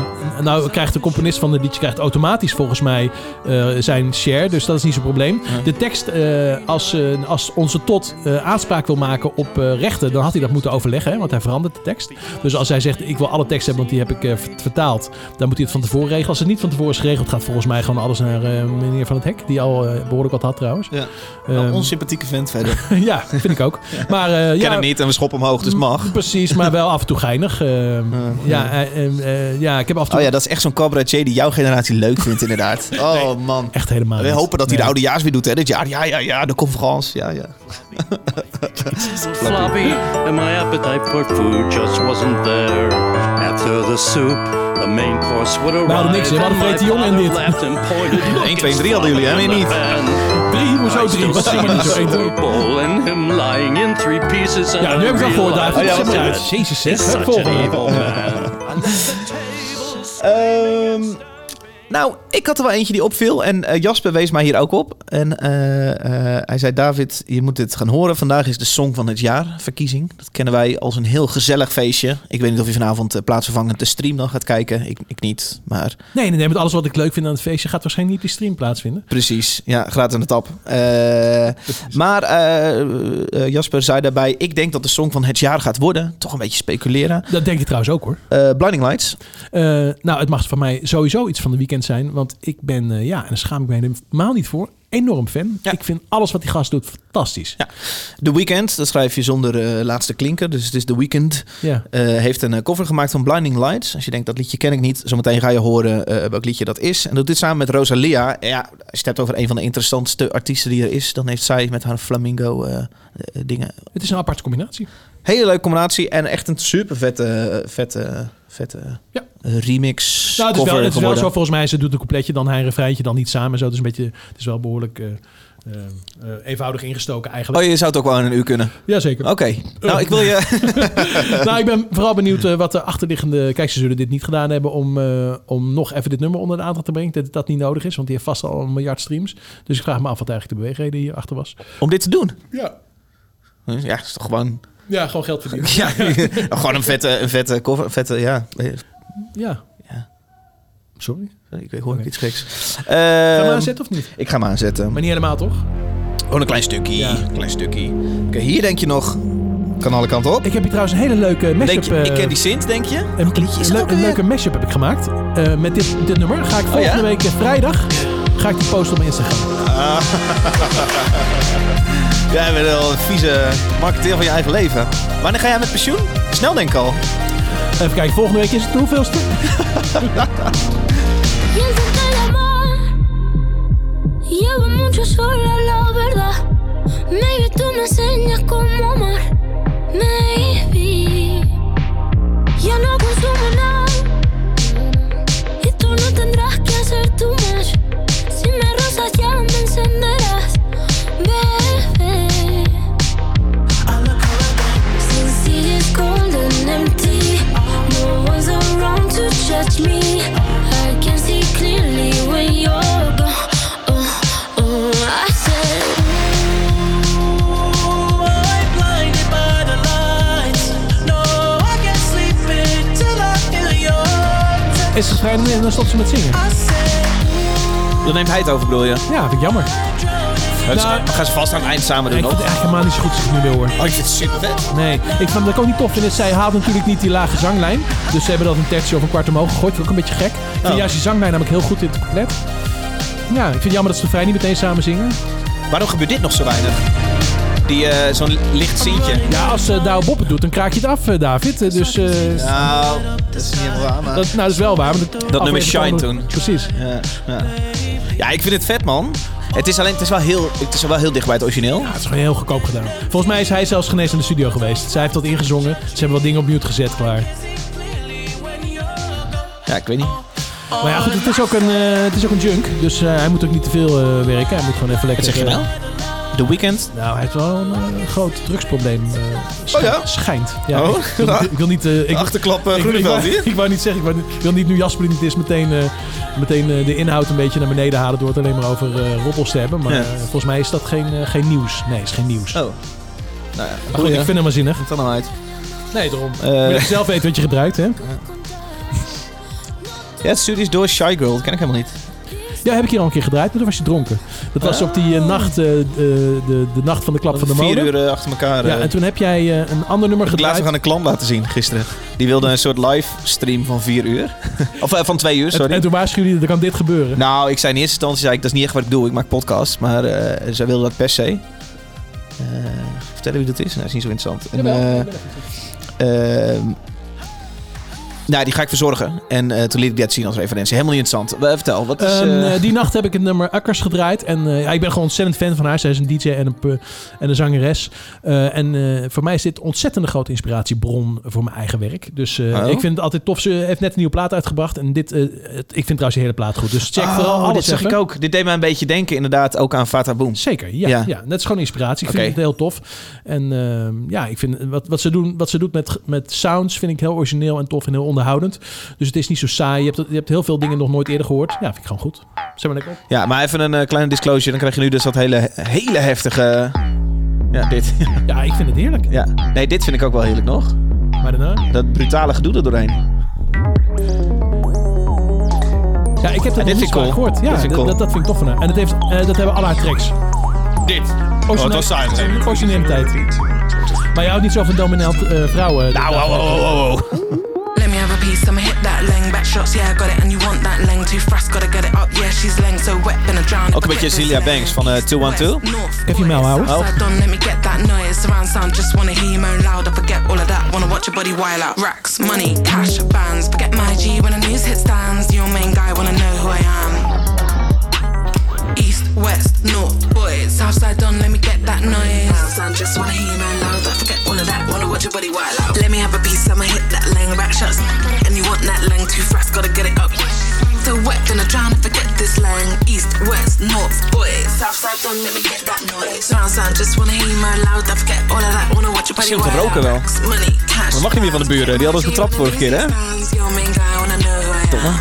S1: nou krijgt de componist van het liedje krijgt automatisch volgens mij eh, zijn share. Dus dat is niet zo'n probleem. De tekst, eh, als, eh, als onze tot eh, aanspraak wil maken op eh, rechten... dan had hij dat moeten overleggen, hè, want hij verandert de tekst. Dus als hij zegt, ik wil alle tekst hebben, want die heb ik eh, vert- vertaald... dan moet hij het van tevoren regelen. Als het niet van tevoren is geregeld, gaat volgens mij gewoon alles naar eh, meneer Van het Hek. Die al eh, behoorlijk wat had trouwens.
S2: Ja.
S1: Ehm,
S2: onsympathieke vent verder. Ik
S1: ja, Mm. vind ik ook. Maar eh, ja,
S2: ken hem niet en we schoppen hem hoog, dus mag.
S1: Precies, maar wel af en toe geinig. Eh, ja, eh, eh, eh, ja, ik heb af en toe
S2: Oh ja, dat is echt zo'n cabaretier die jouw generatie leuk vindt inderdaad. Oh man.
S1: echt helemaal
S2: We
S1: niet.
S2: hopen dat hij de
S1: Nee.
S2: oudejaars weer doet hè, dit jaar. Ja, ja, ja, de conference. Ja, ja.
S7: floppy, and my appetite for food just wasn't there. After the soup, the main course would arrive.
S1: hadden niks, hè? We hadden
S7: and my
S1: Vreten Jong en
S7: father
S1: dit.
S7: laughed and pointed, "Look,
S2: 1, 2,
S7: it's
S2: 3 hadden jullie, hè?
S7: floppy
S2: Meer
S7: in
S2: niet.
S7: the pan."
S1: Drie, hoezo
S7: I
S1: drie?
S7: still see
S1: Wat zijn we niet Ah, zo
S7: the
S1: één, drie?
S7: Super Bowl and him lying in three pieces. and
S1: Oh Ja, nu heb ik het al gehoord,
S7: realized I
S1: David. Zet maar
S7: was
S1: uit. Jezus,
S7: dead.
S1: zeg.
S7: Such an
S1: Volgende.
S7: evil man.
S2: Ehm, nou, ik had er wel eentje die opviel. En eh, Jasper wees mij hier ook op. En eh, eh, hij zei, David, je moet dit gaan horen. Vandaag is de Song van het Jaar verkiezing. Dat kennen wij als een heel gezellig feestje. Ik weet niet of je vanavond eh, plaatsvervangend de stream dan gaat kijken. Ik, ik niet, maar
S1: Nee, nee, nee, want alles wat ik leuk vind aan het feestje gaat waarschijnlijk niet op die stream plaatsvinden.
S2: precies. Ja, gratis aan de tap. Eh, maar eh, eh, Jasper zei daarbij, ik denk dat de Song van het Jaar gaat worden. Toch een beetje speculeren.
S1: Dat denk ik trouwens ook hoor.
S2: Eh, Blinding Lights.
S1: Eh, nou, het mag van mij sowieso iets van de weekend zijn. Want ik ben, eh, ja, en daar schaam ik me helemaal niet voor, enorm fan.
S2: Ja.
S1: Ik vind alles wat die gast doet fantastisch.
S2: Ja. The Weeknd, dat schrijf je zonder eh, laatste klinker. Dus het is The Weeknd.
S1: Ja.
S2: Eh, heeft een eh, cover gemaakt van Blinding Lights. Als je denkt, dat liedje ken ik niet. Zometeen ga je horen eh, welk liedje dat is. En doet dit samen met Rosalia. Ja, als je het hebt over een van de interessantste artiesten die er is... dan heeft zij met haar flamingo eh, eh, dingen...
S1: Het is een aparte combinatie.
S2: Hele leuke combinatie en echt een super vette, eh, vette, vette
S1: Ja.
S2: eh, remix
S1: Nou, het is, wel,
S2: cover
S1: het is wel
S2: geworden.
S1: zo volgens mij. Ze doet een coupletje, dan hij een refreintje, dan niet samen. en Zo. Het is een beetje, het is wel behoorlijk eh, eh, eh, eenvoudig ingestoken
S2: Oh,
S1: eigenlijk.
S2: je zou het ook wel in een uur kunnen.
S1: Jazeker.
S2: Oké. Nou, ik wil je...
S1: nou, ik ben vooral benieuwd eh, wat de achterliggende... Kijk, ze zullen dit niet gedaan hebben om, eh, om nog even dit nummer onder de aandacht te brengen. Dat dat niet nodig is, want die heeft vast al een miljard streams. Dus ik vraag me af wat eigenlijk de beweegreden hierachter was.
S2: Om dit te doen.
S1: Ja,
S2: Ja, is toch gewoon...
S1: ja gewoon geld verdienen.
S2: Ja, gewoon een vette, een vette cover. Vette, ja.
S1: Ja.
S2: Ja.
S1: Sorry. Gaan
S2: Ik hoor iets geks.
S1: we
S2: Ehm,
S1: aanzetten of niet?
S2: Ik ga hem aanzetten.
S1: Maar niet helemaal, toch?
S2: Gewoon een klein stukje.
S1: Ja.
S2: Een klein stukje. Oké, hier denk je nog. Kan alle kanten op.
S1: Ik heb hier trouwens een hele leuke mashup...
S2: Denk je, ik
S1: eh,
S2: ken die Sint, denk je?
S1: Een, een, leu-
S2: het ook
S1: een
S2: alweer? Oh
S1: leuke mashup heb ik gemaakt. Eh, met dit, dit nummer ga ik volgende
S2: ja?
S1: week eh, vrijdag ga ik die posten op mijn Instagram.
S2: Jij bent wel een vieze marketeer van je eigen leven. Wanneer ga jij met pensioen? Snel denk ik al.
S1: Even kijken, volgende week is het de hoeveelste?
S8: Y es que el amor lleva mucho sola, la verdad. Maybe tú me enseñas cómo amar. Maybe ya no consumo nada. Y tú no tendrás que hacer tu match. Si me rozas, ya me encenderás. Bebé. Since he is cold and empty, no one's around to judge me. I can see clearly when you're gone. Oh, oh, I said,
S1: Is ze vrijdag en dan stopt ze met zingen.
S2: Dan neemt hij het over, bedoel je?
S1: Ja, vind ik jammer. Nou-
S2: gaan ze vast aan het eind samen
S1: Ik
S2: doen,
S1: vind het
S2: hoor.
S1: eigenlijk helemaal niet zo goed als ik het nu wil hoor.
S2: Oh, ik vind het super vet.
S1: Nee, ik vond dat ook niet tof. En zij haalt natuurlijk niet die lage zanglijn. Dus ze hebben dat een tertje of een kwart omhoog gegooid. Vind ik ook een beetje gek. Ik vind
S2: Oh.
S1: juist die zanglijn namelijk heel goed in het couplet. Ja, ik vind het jammer dat ze vrij niet meteen samen zingen.
S2: Waarom gebeurt dit nog zo weinig? Die, eh, zo'n licht Sintje.
S1: Ja, als eh Douwe Bob het doet, dan kraak je het af, eh, David. Eh, Dus eh,
S2: Nou, dat is niet helemaal waar, maar...
S1: dat, nou, dat is wel waar. maar
S2: nummer
S1: aflevering
S2: Shine
S1: kan-
S2: toen.
S1: Precies.
S2: Ja, ja. Ja, ik vind het vet, man. Het is alleen, het is wel heel, het is wel heel dicht bij het origineel.
S1: Ja, het is gewoon heel goedkoop gedaan. Volgens mij is hij zelfs genees in de studio geweest. Zij heeft dat ingezongen. Ze hebben wat dingen op mute gezet klaar.
S2: Ja, ik weet niet.
S1: Maar ja, goed, het is ook een, eh, het is ook een junk. Dus eh, hij moet ook niet te veel eh, werken. Hij moet gewoon even lekker...
S2: Wat zeg je
S1: eh,
S2: nou? The Weeknd?
S1: Nou, hij heeft wel een eh, groot drugsprobleem. eh, schij-
S2: Oh ja?
S1: Schijnt. Ja,
S2: Oh.
S1: ik, wil niet- ik wil niet... eh, ik,
S2: Achterklap uh,
S1: ik, ik, wou, ik wou niet zeggen, ik wou niet- ik wil niet nu Jasper niet is meteen, eh, meteen eh, de inhoud een beetje naar beneden halen door het alleen maar over eh roddels te hebben. Maar
S2: Ja.
S1: eh, volgens mij is dat geen, eh, geen nieuws. Nee, is geen nieuws.
S2: Oh. Nou ja,
S1: maar goed, ik vind hem maar zinnig.
S2: het dan uit.
S1: Nee, daarom.
S2: Eh.
S1: Moet je zelf weten wat je gebruikt, hè?
S2: Ja, het studies door Shy Girl, dat ken ik helemaal niet.
S1: Ja, heb ik hier al een keer gedraaid, maar toen was je dronken. Dat was op die eh, nacht, eh, eh, de, de nacht van de klap van de
S2: Vier
S1: molen.
S2: uur eh, achter elkaar.
S1: Ja,
S2: Ja,
S1: en toen heb jij eh, een ander nummer
S2: ik laatst
S1: gedraaid.
S2: nog aan een klant laten zien gisteren. Die wilde een soort livestream van vier uur. of eh, van twee uur,
S1: En,
S2: sorry.
S1: en toen waarschuwde je, er kan dit gebeuren.
S2: Nou, ik zei in eerste instantie, zei ik, dat is niet echt wat ik doe. Ik maak podcast. Maar eh, zij wilde dat per se. Eh, vertellen wie dat is? Nou, dat is niet zo interessant. En,
S1: Ehm,
S2: eh, ehm, nou, die ga ik verzorgen. En eh, toen liet ik dat zien als referentie. Helemaal niet interessant. Eh, vertel, wat is...
S1: Ehm,
S2: eh,
S1: eh, die nacht heb ik het nummer Akkers gedraaid. En eh, ja, ik ben gewoon ontzettend fan van haar. Zij is een DJ en een, pu- en een zangeres. Eh, en eh, voor mij is dit ontzettende grote inspiratiebron voor mijn eigen werk. Dus eh,
S2: Oh.
S1: ik vind het altijd tof. Ze heeft net een nieuwe plaat uitgebracht. En dit, eh, het- ik vind trouwens de hele plaat goed. Dus check
S2: Oh,
S1: vooral alles
S2: dit zag
S1: even.
S2: ik ook. Dit deed mij een beetje denken inderdaad ook aan Fata Boom.
S1: Zeker, ja. ja.
S2: Ja.
S1: dat is gewoon inspiratie. Ik
S2: Oké.
S1: vind het heel tof. En ehm, ja, ik vind wat, wat, ze doen, wat ze doet met, met sounds vind ik heel origineel en tof en heel onderhoudend. Dus het is niet zo saai. Je hebt, je hebt heel veel dingen nog nooit eerder gehoord. Ja, vind ik gewoon goed. Zet maar lekker op.
S2: Ja, maar even een eh, kleine disclosure. Dan krijg je nu dus dat hele, hele heftige... Ja, dit.
S1: Ja, ik vind het heerlijk.
S2: ja. Nee, dit vind ik ook wel heerlijk nog.
S1: Maar daarna...
S2: Dat brutale gedoe er doorheen.
S1: Ja, ik heb dat nog
S2: Ah, vind
S1: niet
S2: ik
S1: zo vaak
S2: cool.
S1: gehoord. Ja,
S2: Dit vind ik
S1: dat-
S2: cool. Oh,
S1: dat, dat vind ik tof van haar. En dat, heeft, eh, dat hebben alle haar tracks.
S2: Dit.
S9: Oh,
S2: Oh,
S1: Origineel- Originaliteit. Maar je houdt niet zo van dominant eh, vrouwen.
S2: Au, au, au, au, au.
S10: Let me have a piece, I'ma hit that leng. Back shots, yeah, I got it, and you want that leng. Too fast, gotta get it up, yeah, she's leng. So wet, gonna drown.
S2: Ook een beetje Zilia Banks van eh 212.
S1: Even je mijl houden.
S10: Outside done, let me get that noise. Surround sound, just wanna hear you moan loud. I forget all of that, wanna watch your body while out. Racks, money, cash, bands. Forget my G when the news hit stands. Your main guy, wanna know who I am. East, west, north, boys. Outside done, let me get that noise. Sound, just wanna hear you moan loud. I forget all of that, wanna watch your body while out. Let me have a piece, I'ma hit that lang back shots. And you want that lang too fast, gotta get it up. So wet, gonna drown, forget this lang. East, west, north, boys. Southside done, let me get that noise. Surround sound, just wanna hear you moan loud. I forget all of that, wanna watch your body
S2: Misschien moet
S10: while
S2: roken wel.
S10: out. Money, cash.
S2: Dat mag niet meer van de buren. Die hadden ons betrapt vorige keer, hè?
S10: Domme.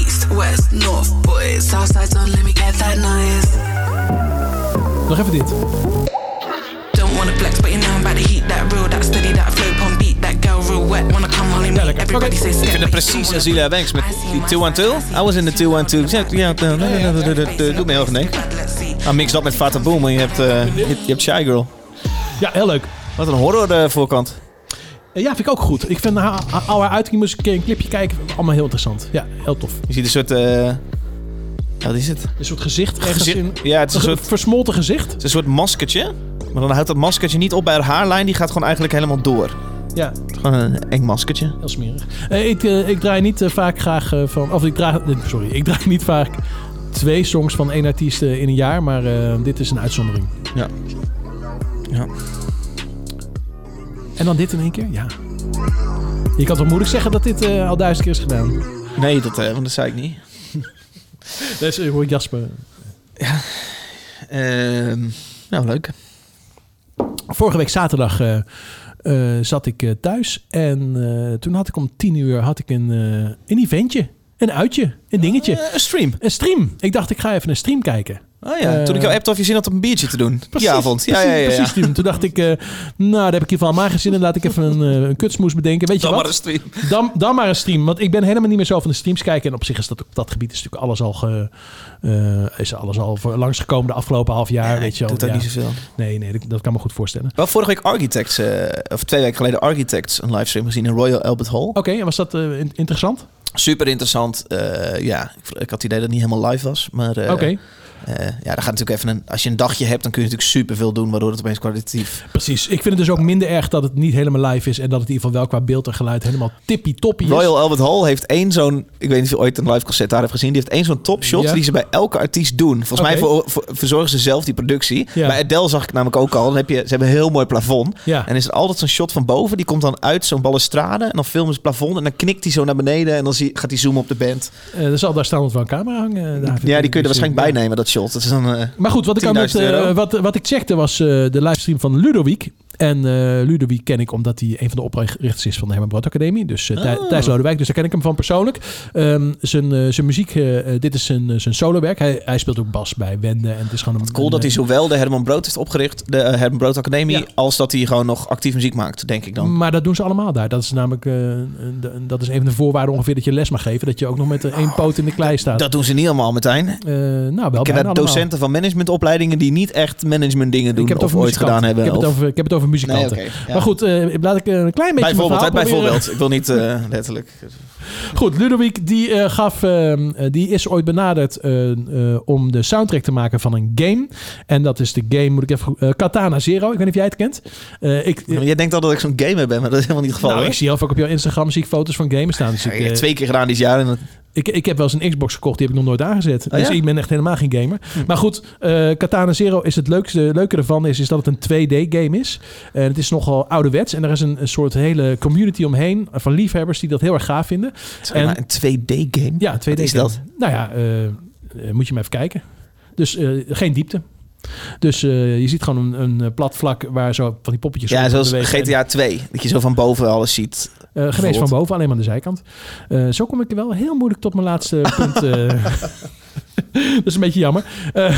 S10: East, west, north, boys. Southside done, let me get that noise.
S2: eh.
S1: Nog even dit.
S10: Don't wanna flex, but you know I'm about to heat that real, that steady, that flow, pump beat, that girl real wet. Wanna come home and meet
S1: lekker.
S10: everybody, say
S2: Ik vind het precies als Zilia Banks met die 212. I was in the 212. Ja, ja, ja, ja, ja, ja, ja, ja, eh, Doet me heel erg denken. Ah, mix dat met Fata Boom en je hebt, eh, je, je hebt Shy Girl.
S1: Ja, heel leuk.
S2: Wat een horror eh, voorkant.
S1: Eh, Ja, vind ik ook goed. Ik vind haar, haar- al haar uitingen, moest ik een keer een clipje kijken. Allemaal heel interessant. Ja, heel tof.
S2: Je ziet een soort... eh, wat is het? Het
S1: Een soort gezicht ergens
S2: Gezicht-
S1: in.
S2: ja, het is een soort-
S1: versmolten gezicht.
S2: is een soort maskertje. Maar dan houdt dat maskertje niet op bij haar haarlijn. Die gaat gewoon eigenlijk helemaal door.
S1: Ja,
S2: Gewoon een eng maskertje.
S1: heel smerig. Eh, ik, eh, ik draai niet eh, vaak graag eh, van... Of ik draai... eh, Sorry, ik draai niet vaak twee songs van één artiest eh, in een jaar. Maar eh, dit is een uitzondering.
S2: Ja. Ja.
S1: En dan dit in één keer? Ja. Je kan toch moeilijk zeggen dat dit eh, al duizend keer is gedaan?
S2: Nee, dat, eh, want dat zei ik niet.
S1: Dat
S2: eh,
S1: is hoor Jasper.
S2: Ehm, nou, leuk.
S1: Vorige week zaterdag eh, eh, zat ik eh, thuis. En eh, toen had ik om tien uur had ik een, eh, een eventje. Een uitje. Een dingetje.
S2: Eh, Een stream.
S1: Een stream. Ik dacht, ik ga even een stream kijken.
S2: Oh ja,
S1: Eh,
S2: toen ik jou appte of je zin had om een biertje te doen.
S1: Precies,
S2: die avond. Ja,
S1: precies,
S2: ja, ja. ja.
S1: precies, Steven. Toen dacht ik, eh, nou, daar heb ik hiervan aan mijn gezin. En laat ik even een, eh, een kutsmoes bedenken. Weet je
S2: Dan
S1: wat?
S2: maar een stream.
S1: Dan, dan maar een stream. Want ik ben helemaal niet meer zo van de streams kijken. En op zich is dat op dat gebied is natuurlijk alles al, ge, eh, is alles al voor langsgekomen de afgelopen half jaar. weet je wel.
S2: doet ook
S1: Ja.
S2: niet zoveel.
S1: Nee, nee, dat, dat kan me goed voorstellen.
S2: Wel vorige week Architects, eh, of twee weken geleden Architects, een livestream gezien in Royal Albert Hall.
S1: Oké, en was dat eh, in- interessant?
S2: Super interessant. eh, ja, ik, ik had het idee dat het niet helemaal live was. Maar eh,
S1: Oké.
S2: Eh, ja, dan gaat natuurlijk even een, als je een dagje hebt, dan kun je natuurlijk superveel doen, waardoor het opeens kwalitatief.
S1: Precies. Ik vind het dus ook minder erg dat het niet helemaal live is. En dat het in ieder geval wel qua beeld en geluid helemaal tippie-toppie is.
S2: Royal Albert Hall heeft één zo'n, ik weet niet of je ooit een live concert daar hebt gezien, die heeft één zo'n topshot
S1: Ja.
S2: die ze bij elke artiest doen. Volgens mij
S1: Oké.
S2: voor, voor- verzorgen ze zelf die productie.
S1: Ja.
S2: Bij Adele zag ik namelijk ook al, dan heb je, ze hebben een heel mooi plafond.
S1: Ja.
S2: En is er altijd zo'n shot van boven, die komt dan uit zo'n balustrade en dan filmen ze het plafond en dan knikt hij zo naar beneden en dan zie, gaat hij zoomen op de band.
S1: Eh, er zal daar standaard wel een camera hangen, eh, David.
S2: Ja, die kun je er waarschijnlijk bij
S1: Ja.
S2: nemen, dat shot. Dat is dan, eh,
S1: Maar goed, wat ik, aan het,
S2: 10.000 euro.
S1: eh, wat, wat ik checkte was eh, de livestream van Ludovic. En eh, Ludovic ken ik omdat hij een van de oprichters is van de Herman Brood Academie. Dus eh,
S2: Ah.
S1: Thij- Thijs Lodewijk, dus daar ken ik hem van persoonlijk. Ehm, zijn, eh, zijn muziek, eh, eh, dit is zijn, eh, zijn solowerk. Hij, hij speelt ook bas bij Wende. En het is gewoon een,
S2: Cool dat hij zowel de Herman Brood heeft opgericht, de eh, Herman Brood Academie,
S1: Ja. Mm.
S2: als dat hij gewoon nog actief muziek maakt, denk ik dan.
S1: Maar dat doen ze allemaal daar. Dat is namelijk eh, een- een- dat is een van de voorwaarden ongeveer dat je les mag geven. Dat je ook nog met eh, één poot in de klei staat.
S2: Dat doen ze niet allemaal, Martijn. Ik
S1: Eh, nou, wel
S2: ken
S1: bijna
S2: daar
S1: allemaal.
S2: docenten van managementopleidingen die niet echt management dingen doen
S1: ik heb het
S2: of
S1: over
S2: ooit
S1: muzikanten.
S2: gedaan hebben.
S1: Ik heb,
S2: of-
S1: het over, ik heb het over muzikanten.
S2: Nee, oké, ja.
S1: Maar goed, eh, laat ik eh, een klein beetje mijn verhaal
S2: bijvoorbeeld, hè,
S1: proberen.
S2: bijvoorbeeld. Ik wil niet eh, letterlijk.
S1: Goed, Ludovic die, eh, gaf, ehm, eh, die is ooit benaderd eh, eh, om de soundtrack te maken van een game. En dat is de game, moet ik even goed- eh, Katana Zero. Ik weet niet of jij het kent. Eh, ik, eh,
S2: Jij denkt al dat ik zo'n gamer ben, maar dat is helemaal niet het geval.
S1: nou,
S2: hoor.
S1: ik zie zelf ook op jouw Instagram zie ik foto's van games staan. Dus ik,
S2: Ja, ik heb
S1: eh,
S2: het twee keer gedaan dit jaar. En dat-
S1: ik, ik heb wel eens een Xbox gekocht, die heb ik nog nooit aangezet.
S2: Oh,
S1: dus
S2: ja? Hm.
S1: ik ben echt helemaal geen gamer. Maar goed, eh, Katana Zero is het leukste, leuke ervan is, is dat het een 2D-game is. En het is nogal ouderwets en er is een, een soort hele community omheen van liefhebbers die dat heel erg gaaf vinden.
S2: Sorry,
S1: En-
S2: maar een 2D-game.
S1: Ja, 2D.
S2: Wat is
S1: game.
S2: dat?
S1: Nou ja, eh, eh, moet je maar even kijken. Dus eh, geen diepte. Dus eh, je ziet gewoon een, een eh, plat vlak waar zo van die poppetjes
S2: Ja,
S1: op
S2: zoals
S1: bewegen. En,
S2: GTA 2. Dat je zo van boven alles ziet.
S1: eh, geen eens van boven, alleen maar aan de zijkant. Eh, zo kom ik er wel heel moeilijk tot mijn laatste punt. eh. dat is een beetje jammer. Eh,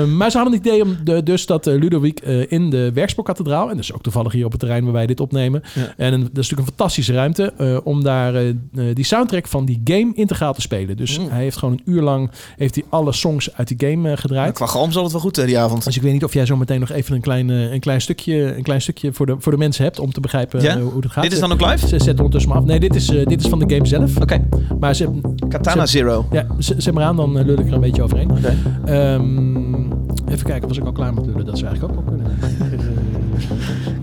S1: eh, maar ze hadden het idee om de, dus dat eh, Ludovic eh, in de Werkspoorkathedraal... en dat is ook toevallig hier op het terrein waar wij dit opnemen... en een- dat is natuurlijk een fantastische ruimte... eh, om daar eh, eh, die soundtrack van die game integraal te spelen. Dus
S2: Mm.
S1: hij heeft gewoon een uur lang heeft hij alle songs uit die game eh, gedraaid.
S2: Qua galm zal het wel goed eh, die avond.
S1: Dus ik weet niet of jij zo meteen nog even een klein, eh, een klein stukje, een klein stukje voor, de, voor de mensen hebt om te begrijpen
S2: Ja?
S1: eh, hoe het gaat.
S2: Dit is dan ook live?
S1: Ze zetten ondertussen maar af. Nee, dit is, eh, dit is van de game zelf.
S2: Oké.
S1: Maar ze, hebben-
S2: Katana
S1: ze,
S2: Zero.
S1: ja, ze- zet maar aan, dan eh, lul ik er een beetje overheen. Ehm, even kijken, was ik al klaar met lullen? Dat zou eigenlijk ook wel kunnen.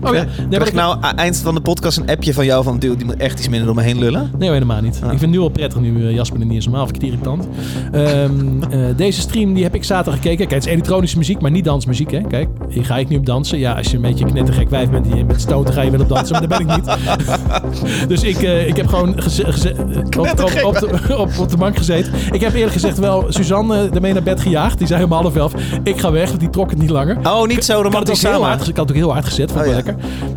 S1: Eh, oh ja, nee, maar
S2: Krijg
S1: ik-
S2: ik nou aan eind van de podcast een appje van jou van... dude, die moet echt iets minder door me heen lullen?
S1: Nee, helemaal niet. Ik vind het nu al prettig nu eh, Jasper er niet is. Normaal vind ik het irritant. Ehm, eh, deze stream die heb ik zaterdag gekeken. Kijk, het is elektronische muziek, maar niet dansmuziek. Hè? Kijk, hier ga ik nu op dansen. Ja, als je een beetje knettergek wijf bent die met stoten, ga je wel op dansen. Maar dat ben ik niet. dus ik, eh, ik heb gewoon geze- geze- op, op, op, de, op, op de bank gezeten. Ik heb eerlijk gezegd wel Suzanne eh, ermee naar bed gejaagd. Die zei helemaal half elf, ik ga weg, want die trok het niet langer.
S2: Oh, niet zo
S1: Ik had,
S2: romantisch
S1: het ook heel
S2: samen.
S1: hard, ik had het ook heel hard gezet, vond ik
S2: Oh,
S1: wel lekker.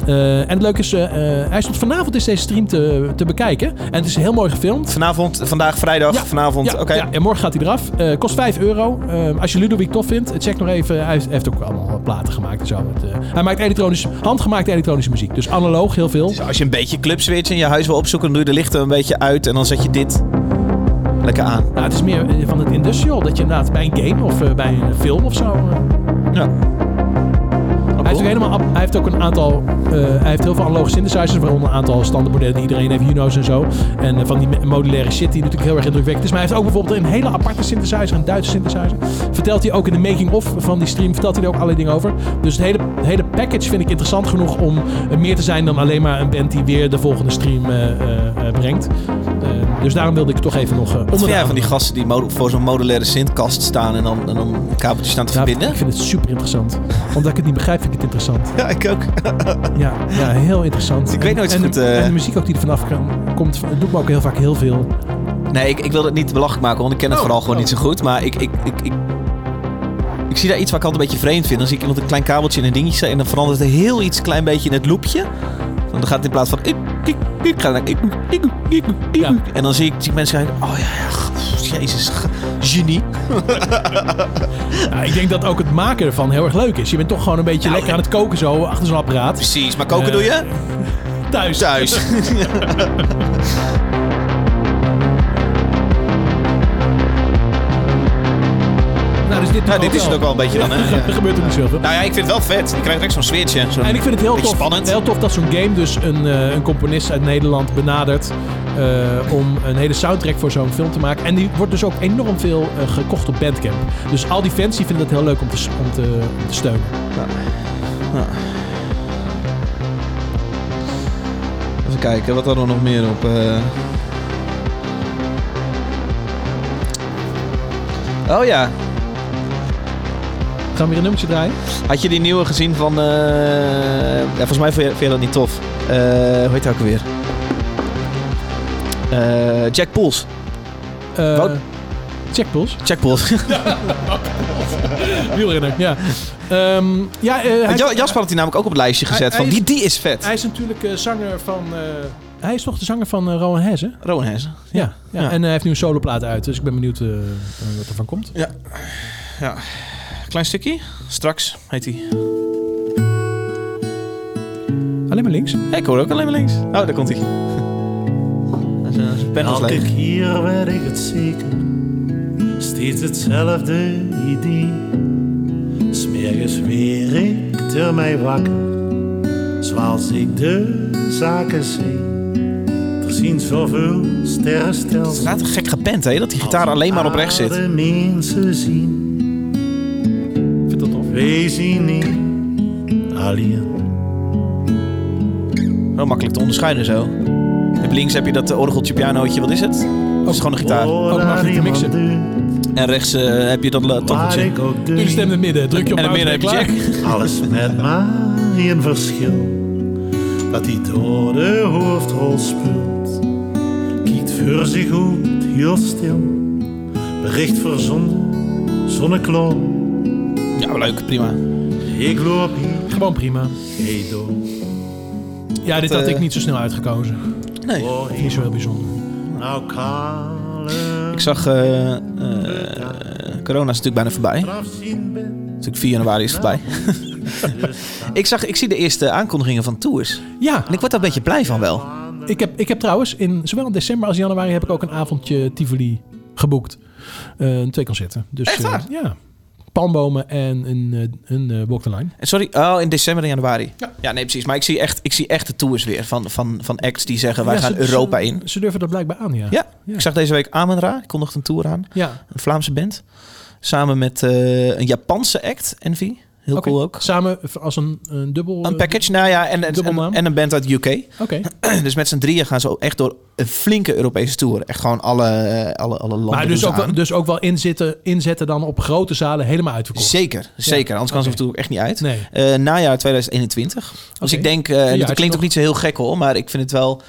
S1: Eh, en het leuke is, eh, eh, hij stond vanavond is deze stream te, te bekijken. En het is heel mooi gefilmd.
S2: Vanavond, vandaag vrijdag, vanavond.
S1: ja,
S2: Oké.
S1: ja, en morgen gaat hij eraf. Eh, kost 5 euro. Eh, als je Ludovic tof vindt, check nog even. Hij heeft- heeft ook allemaal platen gemaakt en zo. Het, eh, hij maakt elektronisch, handgemaakte elektronische muziek. Dus analoog heel veel.
S2: Dus als je een beetje clubswitch in je huis wil opzoeken, dan doe je de lichten een beetje uit en dan zet je dit lekker aan.
S1: Nou, het is meer eh, van het industrial. Dat je inderdaad bij een game of eh, bij een film of zo... eh,
S2: Ja.
S1: Hij heeft, ook helemaal, ab- hij heeft ook een aantal. eh, hij heeft heel veel analoge synthesizers, waaronder een aantal standaardmodellen die iedereen heeft, Juno's en zo. En eh, van die me- modulaire shit die natuurlijk heel erg indrukwekkend is. Maar hij heeft ook bijvoorbeeld een hele aparte synthesizer, een Duitse synthesizer. Vertelt hij ook in de making-of van die stream, vertelt hij er ook allerlei dingen over. Dus het hele, het hele package vind ik interessant genoeg om eh, meer te zijn dan alleen maar een band die weer de volgende stream eh, eh, eh, brengt. Eh, dus daarom wilde ik het toch even nog eh onder
S2: Wat
S1: de
S2: vind jij van
S1: aandacht
S2: die gasten die mo- voor zo'n modulaire syntkast staan en dan, en dan een kabeltje staan te
S1: Ja,
S2: verbinden?
S1: Nou, Ik vind het super interessant. Omdat ik het niet begrijp, vind ik het interessant.
S2: Ja, ik ook.
S1: Ja, ja heel interessant.
S2: Ik weet nooit zo
S1: en,
S2: goed,
S1: De,
S2: eh.
S1: en de muziek ook die er vanaf kan- komt, doet me ook heel vaak heel veel.
S2: Nee, ik, ik wil het niet belachelijk maken, want ik ken het
S1: Oh,
S2: vooral gewoon
S1: oh.
S2: niet zo goed. Maar ik, ik, ik, ik, ik zie daar iets wat ik altijd een beetje vreemd vind. Dan zie ik iemand een klein kabeltje in een dingetje zetten en dan verandert het heel iets klein beetje in het loopje. Want dan gaat het in plaats van... ik, ik, ik, gaat het naar ik, ik, ik, ik.
S1: Ja.
S2: En dan zie ik, zie ik mensen kijken, oh ja, ja, g- jezus, g- genie.
S1: Ja, ik denk dat ook het maken ervan heel erg leuk is. Je bent toch gewoon een beetje lekker aan het koken zo achter zo'n apparaat.
S2: Precies, maar koken doe je?
S1: Thuis.
S2: Thuis.
S1: Nou, dus dit dit,
S2: Ja, dit is het ook wel een beetje dan, hè? Ja.
S1: Er gebeurt ook niet zoveel.
S2: Nou ja, ik vind het wel vet. Je krijgt direct zo'n sfeertje. Zo'n
S1: En ik vind het heel
S2: beetje
S1: tof,
S2: spannend.
S1: heel tof dat zo'n game dus een, eh, een componist uit Nederland benadert eh, om een hele soundtrack voor zo'n film te maken. En die wordt dus ook enorm veel eh, gekocht op Bandcamp. Dus al die fans die vinden het heel leuk om te, s- om te, om te steunen.
S2: Even kijken, wat hadden we nog meer op? eh? Oh ja,
S1: Gaan we weer een nummertje draaien?
S2: had je die nieuwe gezien van... eh, Ja, volgens mij vond je, vind je dat niet tof. Eh, hoe heet hij ook weer? Jack Pools.
S1: Eh,
S2: Wat?
S1: Checkpulse.
S2: Jack Pools.
S1: Wielrenner, ja. Ehm, ja eh, hij,
S2: Ja, Jasper had die namelijk ook op het lijstje gezet.
S1: Hij-
S2: Van,
S1: hij
S2: die, die is vet.
S1: hij is natuurlijk eh, zanger van... eh, hij is toch de zanger van eh, Rowan Hess, hè?
S2: Rowan Hezen.
S1: Ja. ja.
S2: Ja.
S1: En eh, hij heeft nu een soloplaat uit, dus ik ben benieuwd eh, eh, wat er van komt.
S2: Klein stukje. Straks heet hij.
S1: Alleen maar links.
S2: ik hoor ook alleen maar links. Oh, daar komt hij. Dat is, eh, Zijn pen was
S11: Elke
S2: leeg.
S11: keer werd ik het zeker, steeds hetzelfde idee. Smergens weer ik door mij wakker, zoals ik de zaken zie. Er zien zoveel
S2: Het
S11: sterrenstelsels.
S2: is inderdaad gek gepend, hè? Dat die gitaar alleen maar op rechts zit.
S11: Andere mensen zien. Wij zien niet alleen.
S2: Heel makkelijk te onderscheiden zo. Op links heb je dat eh, orgeltje, pianootje, wat is het? Dat is gewoon een gitaar.
S11: Hoor
S1: makkelijk te
S11: aan iemand
S1: mixen.
S11: deur,
S2: En rechts eh, heb je dat eh,
S11: Oh. Waar
S2: toffeltje.
S11: ik ook
S1: Nu de
S11: deur.
S1: stem in het midden. Druk je op
S2: En dan
S1: pauze,
S2: midden heb
S1: ben
S2: je
S1: je
S2: Jack.
S1: klaar.
S11: Alles met maar één verschil. Dat die dode hoofdrol speelt. Kijkt voor zich goed, heel stil. Bericht verzonden, zonnekloon.
S2: Ja, maar leuk, prima.
S11: Ik loop hier,
S1: Gewoon prima.
S11: hey door.
S1: Ja, dit had
S2: eh,
S1: ik niet zo snel uitgekozen.
S11: Hoor
S1: Niet zo
S11: hier
S1: heel bijzonder.
S11: nou kale.
S2: Ik zag... eh, eh, corona is natuurlijk bijna voorbij.
S11: afzien ben.
S2: Natuurlijk 4 januari is voorbij. ik, zag, ik zie de eerste aankondigingen van tours.
S1: Ja,
S2: En ik word daar een beetje blij van wel.
S1: ik heb, ik heb trouwens in zowel december als januari heb ik ook een avondje Tivoli geboekt. Eh, twee concerten. Dus,
S2: Echt waar?
S1: eh, ja. Palmbomen en een, eh, een eh, Walk the Line.
S2: Eh, Sorry, oh, in december en januari.
S1: Ja.
S2: Ja. nee, precies. Maar ik zie echt, ik zie echt de tours weer van, van, van acts die zeggen... wij
S1: Ja,
S2: gaan
S1: ze- ze-
S2: Europa in.
S1: Ze durven dat blijkbaar aan, ja.
S2: Ja,
S1: Ja.
S2: ik zag deze week Amenra. Ik kondigde een tour aan.
S1: Ja.
S2: Een Vlaamse band. Samen met eh, een Japanse act, Envy. Heel
S1: Oké.
S2: cool ook.
S1: Samen als een, een dubbel...
S2: Een
S1: eh,
S2: package, nou ja, en, en,
S1: Dubbelnaam.
S2: en, en een band uit UK.
S1: Oké.
S2: dus met z'n drieën gaan ze ook echt door een flinke Europese tour. Echt gewoon alle, eh, alle, alle landen
S1: Maar dus
S2: doen
S1: ook,
S2: ze aan.
S1: wel, dus ook wel inzitten, inzetten dan op grote zalen helemaal uitverkocht.
S2: Zeker, zeker. Anders kan ze
S1: oké.
S2: af en toe ook echt niet uit.
S1: Nee.
S2: Eh, najaar 2021. Dus
S1: Oké.
S2: ik denk, eh,
S1: Ja,
S2: en
S1: is
S2: dat
S1: het nog-
S2: klinkt ook niet zo heel gek hoor, maar ik vind het wel...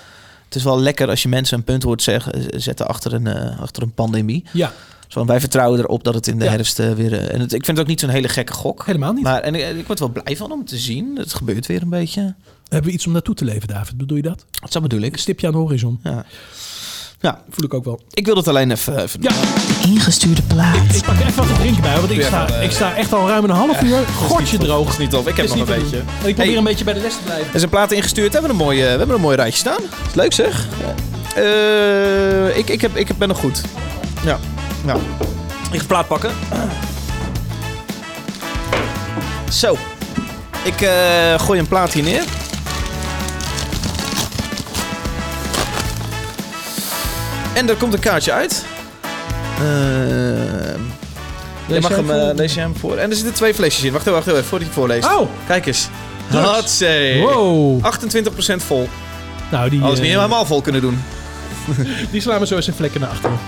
S2: Het is wel lekker als je mensen een punt hoort zeggen, zetten achter een, eh, achter een pandemie.
S1: Ja,
S2: Dus van, wij vertrouwen erop dat het in de
S1: Ja.
S2: herfst eh, weer... eh, en het- ik vind het ook niet zo'n hele gekke gok.
S1: helemaal niet.
S2: Maar en eh, ik, ik word wel blij van om te zien. Het gebeurt weer een beetje.
S1: Hebben we iets om naartoe te leven, David? Bedoel je dat?
S2: Dat bedoel ik.
S1: Stipje aan de horizon.
S2: Ja. Ja,
S1: Voel ik ook wel.
S2: ik wil het alleen even... eh, even
S1: Ja,
S3: Ingestuurde plaat.
S1: ik pak er echt wat te drinken bij, want ik sta,
S2: eh,
S1: ik sta echt al ruim een half uur gortje droog.
S2: Is niet op. Ik heb
S1: Is
S2: nog
S1: niet
S2: een
S1: te
S2: beetje.
S1: doen. En ik probeer
S2: Hey.
S1: een beetje bij de les te blijven.
S2: Er is een plaat ingestuurd. Hebben we een mooi, eh, we hebben een mooi rijtje staan. Is Leuk zeg. Eh, ik, ik, heb, ik ben nog goed. Ja. ja. Ik ga plaat pakken. Zo. Ik eh, gooi een plaat hier neer. En er komt een kaartje uit. Eh, je mag
S1: jij
S2: hem, eh,
S1: voor?
S2: lees jij hem voor. En er zitten twee flesjes in. Wacht even, wacht even. Voordat je het voorleest.
S1: Oh,
S2: Kijk eens.
S1: Dus.
S2: Wat zee.
S1: wow.
S2: 28% vol.
S1: Nou, die,
S2: Alles niet
S1: eh,
S2: helemaal vol kunnen doen.
S1: die slaan we zo eens in vlekken naar achteren.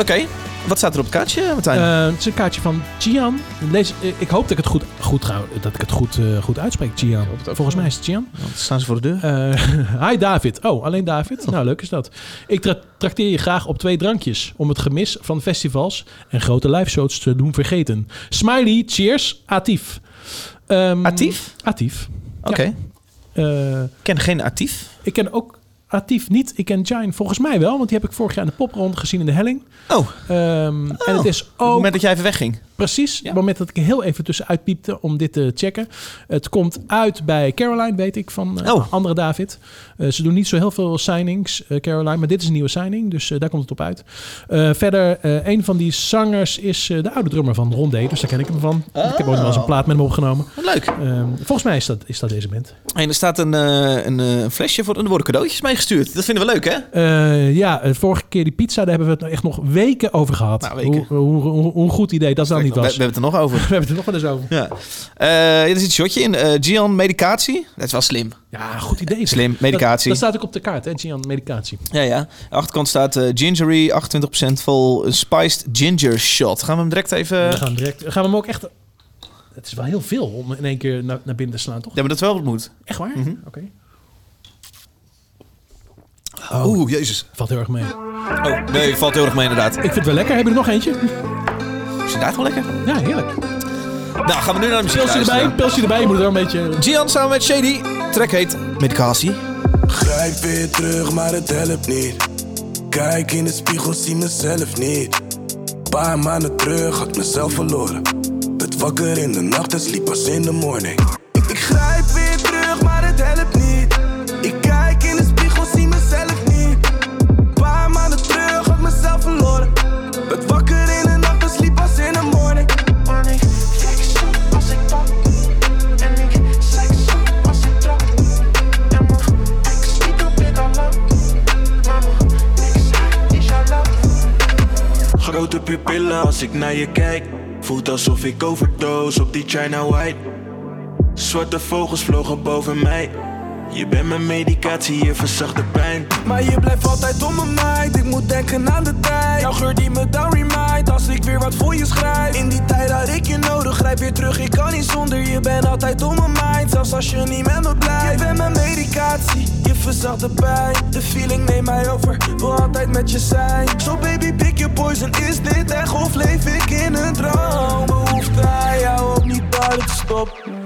S2: Oké. Wat staat er op het kaartje, Martijn?
S1: Eh, het is een kaartje van Gian. Lees, eh, ik hoop dat ik het goed, goed, trouw- dat ik het goed, eh, goed uitspreek, Gian. Volgens mij is het Gian.
S2: Oh, staan ze voor de deur?
S1: Eh, hi David. Oh, alleen David? Nou, leuk is dat. Ik tra- trakteer je graag op twee drankjes om het gemis van festivals en grote live shows te doen vergeten. Smiley, cheers, Atif. Ehm,
S2: Atief?
S1: Atif.
S2: Oké.
S1: Eh,
S2: Ik ken geen actief.
S1: ik ken ook Atif niet. Ik ken Jane volgens mij wel, want die heb ik vorig jaar in de popronde gezien in de helling.
S2: Oh, op
S1: Ehm, En het is
S2: het
S1: ook...
S2: moment dat jij even wegging.
S1: Precies, het moment dat ik er heel even tussenuit piepte om dit te checken. Het komt uit bij Caroline, weet ik, van eh,
S2: Oh.
S1: andere David. Eh, ze doen niet zo heel veel signings, eh, Caroline, maar dit is een nieuwe signing, dus eh, daar komt het op uit. Eh, verder, eh, een van die zangers is eh, de oude drummer van Rondé, dus daar ken ik hem van. Ik heb ook nog
S2: Ah.
S1: eens een plaat met hem opgenomen.
S2: Oh, Leuk.
S1: Ehm, volgens mij is dat, is dat deze band.
S2: En er staat een, eh, een, eh, een flesje voor. En er worden cadeautjes meegestuurd. Dat vinden we leuk, hè?
S1: Eh, ja, eh, vorige keer die pizza, daar hebben we het nou echt nog weken over gehad.
S2: Nou, weken.
S1: Hoe, hoe, hoe, hoe een goed idee dat dan
S2: We,
S1: niet
S2: we
S1: was.
S2: hebben
S1: We,
S2: het er nog over.
S1: hebben het er nog wel eens over.
S2: Ja. Eh, er zit een shotje in. Eh Gian, medicatie. Dat is wel slim.
S1: Ja, goed idee. zeg.
S2: Slim, medicatie.
S1: Dat, dat staat ook op de kaart, hè, Gian, medicatie.
S2: Ja, ja. Aan de achterkant staat eh, gingery, 28% vol. Een spiced ginger shot. Gaan we hem direct even...
S1: We gaan, direct, gaan we hem ook echt... Het is wel heel veel om in één keer naar, naar binnen te slaan, toch?
S2: Ja, maar dat wel wat moet.
S1: Echt waar?
S2: Mhm.
S1: Oké. Oh.
S2: Oh. Oeh, jezus.
S1: Valt heel erg mee.
S2: Oh, nee, valt heel erg mee inderdaad.
S1: Ik vind het wel lekker. Hebben we er nog eentje?
S2: Is inderdaad wel lekker.
S1: Ja, heerlijk.
S2: Nou, gaan we nu naar de muziek
S1: Pilsje erbij, pilsje erbij. Je moet er wel een beetje...
S2: Gian samen met Shady. Track heet Medicatie.
S9: Grijp weer terug, maar het helpt niet. Kijk in de spiegel, zie mezelf niet. Paar maanden terug had mezelf verloren. Werd wakker in de nacht en sliep pas in de morning. Ik, ik grijp weer terug, maar het helpt niet. Ik kijk in de spiegel, zie mezelf niet. Paar maanden terug had mezelf verloren. Werd wakker in de nacht en sliep pas in de morning.
S12: Grote pupillen als ik naar je kijk. Voelt alsof ik overdose op die China White. Zwarte vogels vlogen boven mij. Je bent mijn medicatie, je verzacht de pijn.
S9: Maar je blijft altijd om me meid, ik moet denken aan de tijd Jouw geur die me dan remindt, als ik weer wat voor je schrijf In die tijd had ik je nodig, grijp weer terug, ik kan niet zonder Je bent altijd om me meid, zelfs als je niet met me blijft Je bent mijn medicatie, je verzacht de pijn De feeling neemt mij over, wil altijd met je zijn Zo baby, pick your poison, is dit echt of leef ik in een droom? Behoefte aan jou om niet buiten te stoppen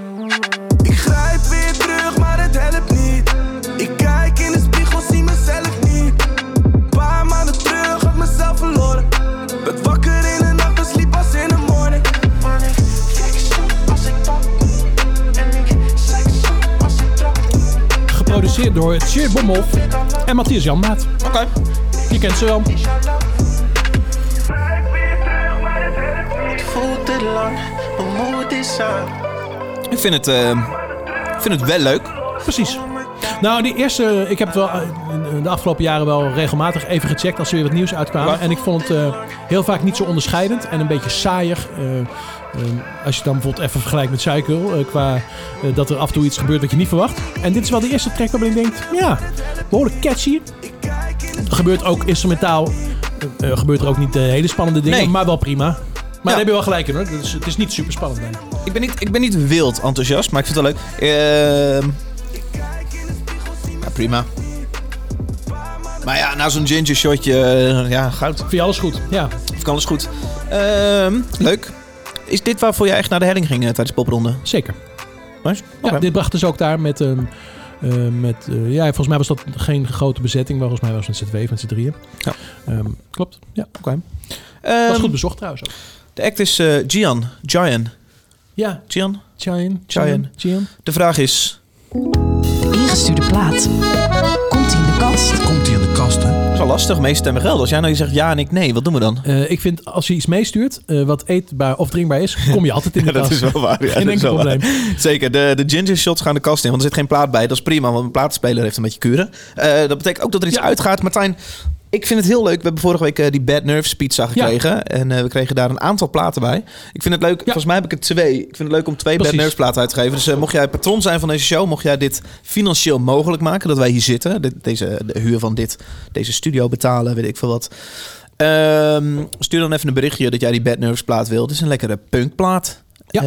S9: ik grijp weer terug, maar het helpt niet. Ik kijk in de spiegel, zie mezelf niet. Paar maanden terug had mezelf verloren. Werd wakker in de nacht en sliep pas in de morning.
S1: Geproduceerd door Tjeerd Bomhoff en Matthias Janmaat.
S2: Oké.
S1: Je kent ze wel.
S12: Voelt dit lang, hoe moet dit zijn?
S2: Ik vind het, eh, ik vind het wel leuk.
S1: Precies. Nou, die eerste, ik heb het wel eh, de afgelopen jaren wel regelmatig even gecheckt als er weer wat nieuws uitkwam.
S2: Ja.
S1: En ik vond het eh, heel vaak niet zo onderscheidend en een beetje saaier. Eh, eh, als je dan bijvoorbeeld even vergelijkt met Cycle, eh, qua eh, dat er af en toe iets gebeurt wat je niet verwacht. En dit is wel de eerste track waarbij ik denk, ja, behoorlijk catchy. Gebeurt ook instrumentaal, eh, eh, gebeurt er ook niet eh, hele spannende dingen,
S2: Nee.
S1: maar wel prima. Maar daar heb je wel gelijk in hoor, Dus het is niet super spannend.
S2: Ik ben niet, ik ben niet wild enthousiast, maar ik vind het wel leuk. Ehm ja, prima. Maar ja, na zo'n ginger shotje, eh, ja, goud.
S1: Vind je alles goed? Ja.
S2: Of kan alles goed. Ehm, leuk. Is dit waarvoor jij echt naar de helling ging eh, tijdens de popronde?
S1: Zeker.
S2: Nice.
S1: Ja,
S2: Oké.
S1: dit bracht dus ook daar met... ehm, eh, met eh, ja, volgens mij was dat geen grote bezetting. Maar volgens mij was het met z'n tweeën, met z'n drieën.
S2: Ja.
S1: Ehm, klopt. Ja.
S2: Ehm,
S1: was goed bezocht trouwens ook.
S2: De act is eh, Gian. Gian.
S1: Ja,
S2: Gian.
S1: Chien.
S2: Cheyenne.
S1: Chien.
S2: De vraag is...
S13: Ingestuurde plaat. Komt ie in de kast.
S9: Komt hij aan de kasten?
S2: Het is wel lastig, meestemmen geld. Als jij nou zegt ja en ik nee, wat doen we dan?
S1: Eh, ik vind, als je iets meestuurt eh, wat eetbaar of drinkbaar is... kom je altijd in de
S2: Ja, dat
S1: kast.
S2: is wel waar. Ja,
S1: Geen
S2: dat is
S1: enkel
S2: wel waar.
S1: probleem.
S2: Zeker, de, de ginger shots gaan de kast in, want er zit geen plaat bij. Dat is prima, want een plaatspeler heeft een beetje kuren. Eh, dat betekent ook dat er iets
S1: Ja.
S2: uitgaat. Martijn, ik vind het heel leuk. We hebben vorige week eh, die Bad Nerves pizza gekregen. En eh, we kregen daar een aantal platen bij. Ik vind het leuk, volgens mij heb ik er twee. Ik vind het leuk om twee
S1: Precies.
S2: Bad Nerves platen uit te geven. Dus eh, mocht jij patron zijn van deze show, mocht jij dit financieel mogelijk maken, dat wij hier zitten. Dit- deze, de huur van dit, deze studio betalen, weet ik veel wat. Ehm, stuur dan even een berichtje dat jij die Bad Nerves plaat wil. Het is een lekkere punkplaat.
S1: Ja.
S2: Eh,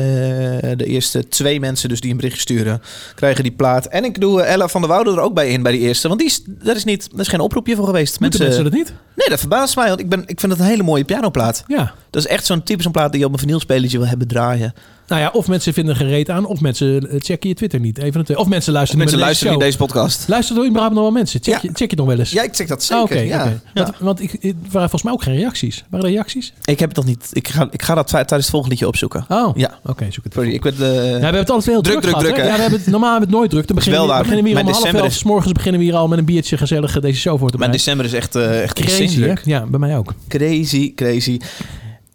S2: de eerste twee mensen dus die een berichtje sturen, krijgen die plaat. En ik doe eh, Ella van der Woude er ook bij in bij die eerste. Want die is, dat is, niet, dat is geen oproepje voor geweest.
S1: Moeten mensen dat niet?
S2: Nee, Nee, dat verbaast mij, want ik, ben, ik vind het een hele mooie pianoplaat.
S1: Ja.
S2: Dat is echt zo'n type zo'n plaat die je op een vinylspelletje wil hebben draaien.
S1: Nou ja, of mensen vinden gereed aan, of mensen eh, checken je Twitter niet. Even het, of mensen luisteren
S2: Mensen
S1: naar
S2: luisteren
S1: deze
S2: niet deze podcast.
S1: Luisteren er überhaupt nog wel mensen? Check, je, check je nog wel eens?
S2: Ja, ik check dat
S1: Ah,
S2: zeker.
S1: Oké,
S2: ja.
S1: oké. Want, want ik, ik- er waren volgens mij ook geen reacties. Waren er reacties?
S2: Ik heb het nog niet. Ik ga, ik ga dat tijdens het volgende liedje opzoeken.
S1: Oh,
S2: ja.
S1: oké. zoek het
S2: Sorry, ik werd, eh,
S1: Ja, we hebben het altijd heel druk,
S2: druk,
S1: gehad,
S2: druk, druk.
S1: hè?
S2: hè?
S1: Ja, we hebben het, normaal hebben we het nooit druk. Dan
S2: Het is
S1: beginnen,
S2: wel waar.
S1: beginnen we hier om
S2: Mijn
S1: half
S2: december
S1: elf.
S2: is-
S1: 's morgens beginnen we hier al met een biertje gezellig eh, deze show voor te
S2: Maar
S1: bereiden.
S2: december is echt, eh echt
S1: Crazy, hè?
S2: krankzinnig.
S1: Ja, bij mij ook.
S2: Crazy, crazy.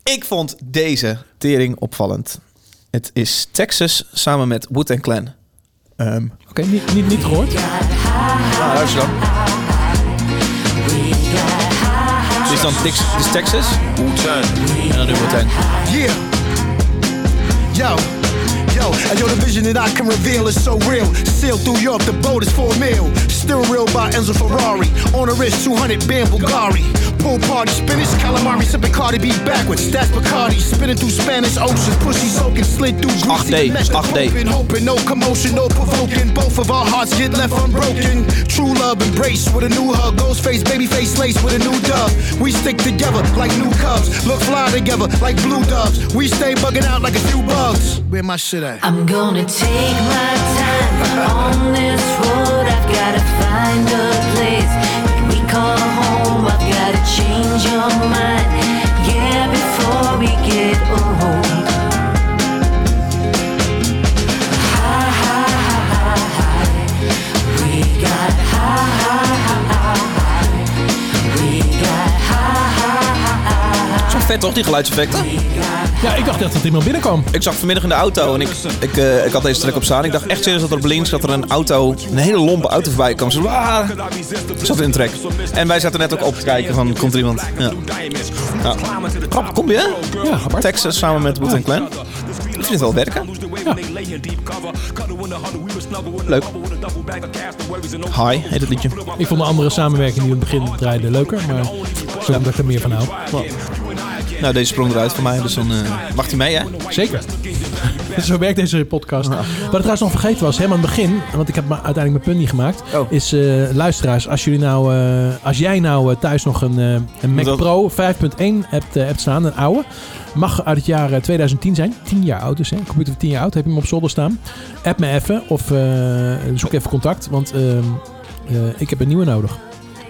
S2: Ik vond deze tering opvallend. Het is Texas samen met Wood Clan. Ehm
S1: Oké, niet, niet, niet gehoord.
S5: Ah,
S2: nou, luister dan. Dit is dan Tex- dit is Texas. Wu-Tang. En dan nu Wu-Tang.
S5: Yeah. Yo. Yo, and yo, the vision that I can reveal is so real. Sailed through Europe, the boat is for a meal. Still real by Enzo Ferrari. On the wrist, 200 band Bulgari. Pool party, spinach, calamari, sipping Cardi B backwards. That's Bacardi, spinning through Spanish oceans. Pussy soaking, slid through greasy.
S2: 8D, 8D.
S5: Hoping, hoping, no commotion, no provoking. Both of our hearts get left unbroken. True love embrace with a new hug. Ghost face, baby face lace with a new dove. We stick together like new cubs. Look fly together like blue doves. We stay bugging out like a few bugs. Where my shit at?
S14: I'm gonna take my time on this road. I've gotta find a place that we call home. I've gotta change your mind, yeah, before we get old. High, high, high, high. We got high, high, high, high. We got high, high, high, high.
S2: Zo vet toch, die geluidseffecten?
S1: Ja, ik dacht echt dat iemand binnenkwam.
S2: Ik zag vanmiddag in de auto en ik, ik, eh, ik had deze track op staan. Ik dacht echt serieus dat er op links dat er een auto, een hele lompe auto voorbij kwam. Zo, "Waa!" zat in een track. En wij zaten net ook op te kijken van, komt er iemand? Ja. Ja. Grap, kom je? hè?
S1: Ja, apart.
S2: Texas samen met Wu-Tang Clan. Ik vind het wel werken. Leuk. Hi, heet het liedje.
S1: Ik vond de andere samenwerking die we in het begin draaiden leuker. Maar zo dat ik er meer van hou.
S2: Nou, deze sprong eruit voor mij, dus dan eh mag hij mee, hè?
S1: Zeker. Dus Zo werkt deze podcast. Wat ik trouwens nog vergeten was, helemaal aan het begin, want ik heb ma- uiteindelijk mijn punt niet gemaakt, is eh, luisteraars, als, jullie nou, eh, als jij nou eh, thuis nog een, eh, een Mac
S2: Dat-
S1: Pro 5.1 hebt, eh, hebt staan, een oude, mag uit het jaar eh, 2010 zijn, 10 jaar oud dus, hè? computer van 10 jaar oud, heb je hem op zolder staan, app me even of eh, zoek even contact, want ehm, eh, ik heb een nieuwe nodig.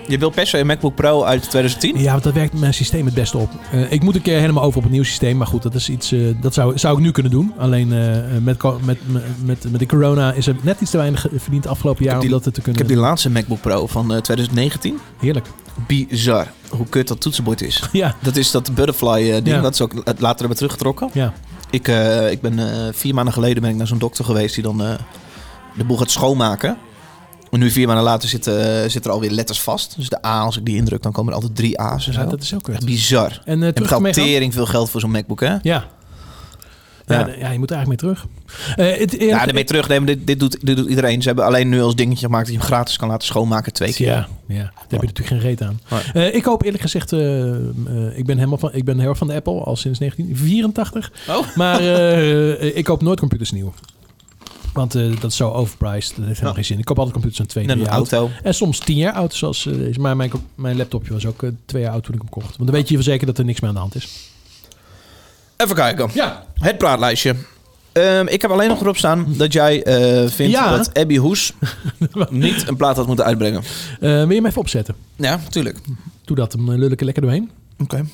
S2: Je wil per se een MacBook Pro uit 2010?
S1: Ja, want dat werkt mijn systeem het beste op. Eh, ik moet een keer helemaal over op een nieuw systeem. Maar goed, dat, is iets, eh, dat zou, zou ik nu kunnen doen. Alleen eh, met, co- met, met, met de corona is er net iets te weinig ge- verdiend afgelopen jaar om dat te
S2: Ik
S1: kunnen
S2: heb die laatste MacBook Pro van eh, 2019.
S1: Heerlijk.
S2: Bizar hoe kut dat toetsenbord is.
S1: Ja.
S2: Dat is dat butterfly eh, ding.
S1: Ja.
S2: Dat is ook la- later hebben teruggetrokken.
S1: Ja.
S2: Ik, eh, ik ben eh, vier maanden geleden ben ik naar zo'n dokter geweest die dan eh, de boel gaat schoonmaken. En nu vier maanden later zitten, eh, zitten er alweer letters vast. Dus de A, als ik die indruk, dan komen er altijd drie A's. en
S1: Ja,
S2: zo.
S1: dat is ook kut.
S2: Echt bizar.
S1: En, eh,
S2: het
S1: terug ermee
S2: gaat
S1: gaan?
S2: tering veel geld voor zo'n MacBook, hè?
S1: Ja. Ja,
S2: Ja.
S1: d- ja, je moet er eigenlijk mee terug. Eh, het, eerlijk-
S2: Ja, daarmee terugnemen, dit, dit, doet, dit doet iedereen. Ze hebben alleen nu als dingetje gemaakt dat je hem gratis kan laten schoonmaken twee keer.
S1: Ja, ja. daar heb je natuurlijk geen reet aan.
S2: Nee.
S1: Eh, ik hoop eerlijk gezegd, eh, eh, ik, ben helemaal van, ik ben heel erg van de Apple al sinds 1984.
S2: Oh.
S1: Maar eh, ik koop nooit computers nieuw. Want eh, dat is zo overpriced. Dat heeft helemaal geen zin. Ik koop altijd computers aan twee,
S2: Net
S1: drie
S2: een
S1: jaar oud.
S2: auto.
S1: En soms tien jaar oud. Zoals, eh, is maar mijn, co- mijn laptopje was ook eh, twee jaar oud toen ik hem kocht. Want dan weet je wel zeker dat er niks meer aan de hand is.
S2: Even kijken.
S1: Ja.
S2: Het praatlijstje. Ehm, ik heb alleen nog erop staan dat jij eh, vindt
S1: Ja.
S2: dat Abby Hoes niet een plaat had moeten uitbrengen.
S1: Eh, wil je hem even opzetten?
S2: Ja, tuurlijk.
S1: Doe dat, dan eh, lul ik er lekker doorheen.
S2: Oké.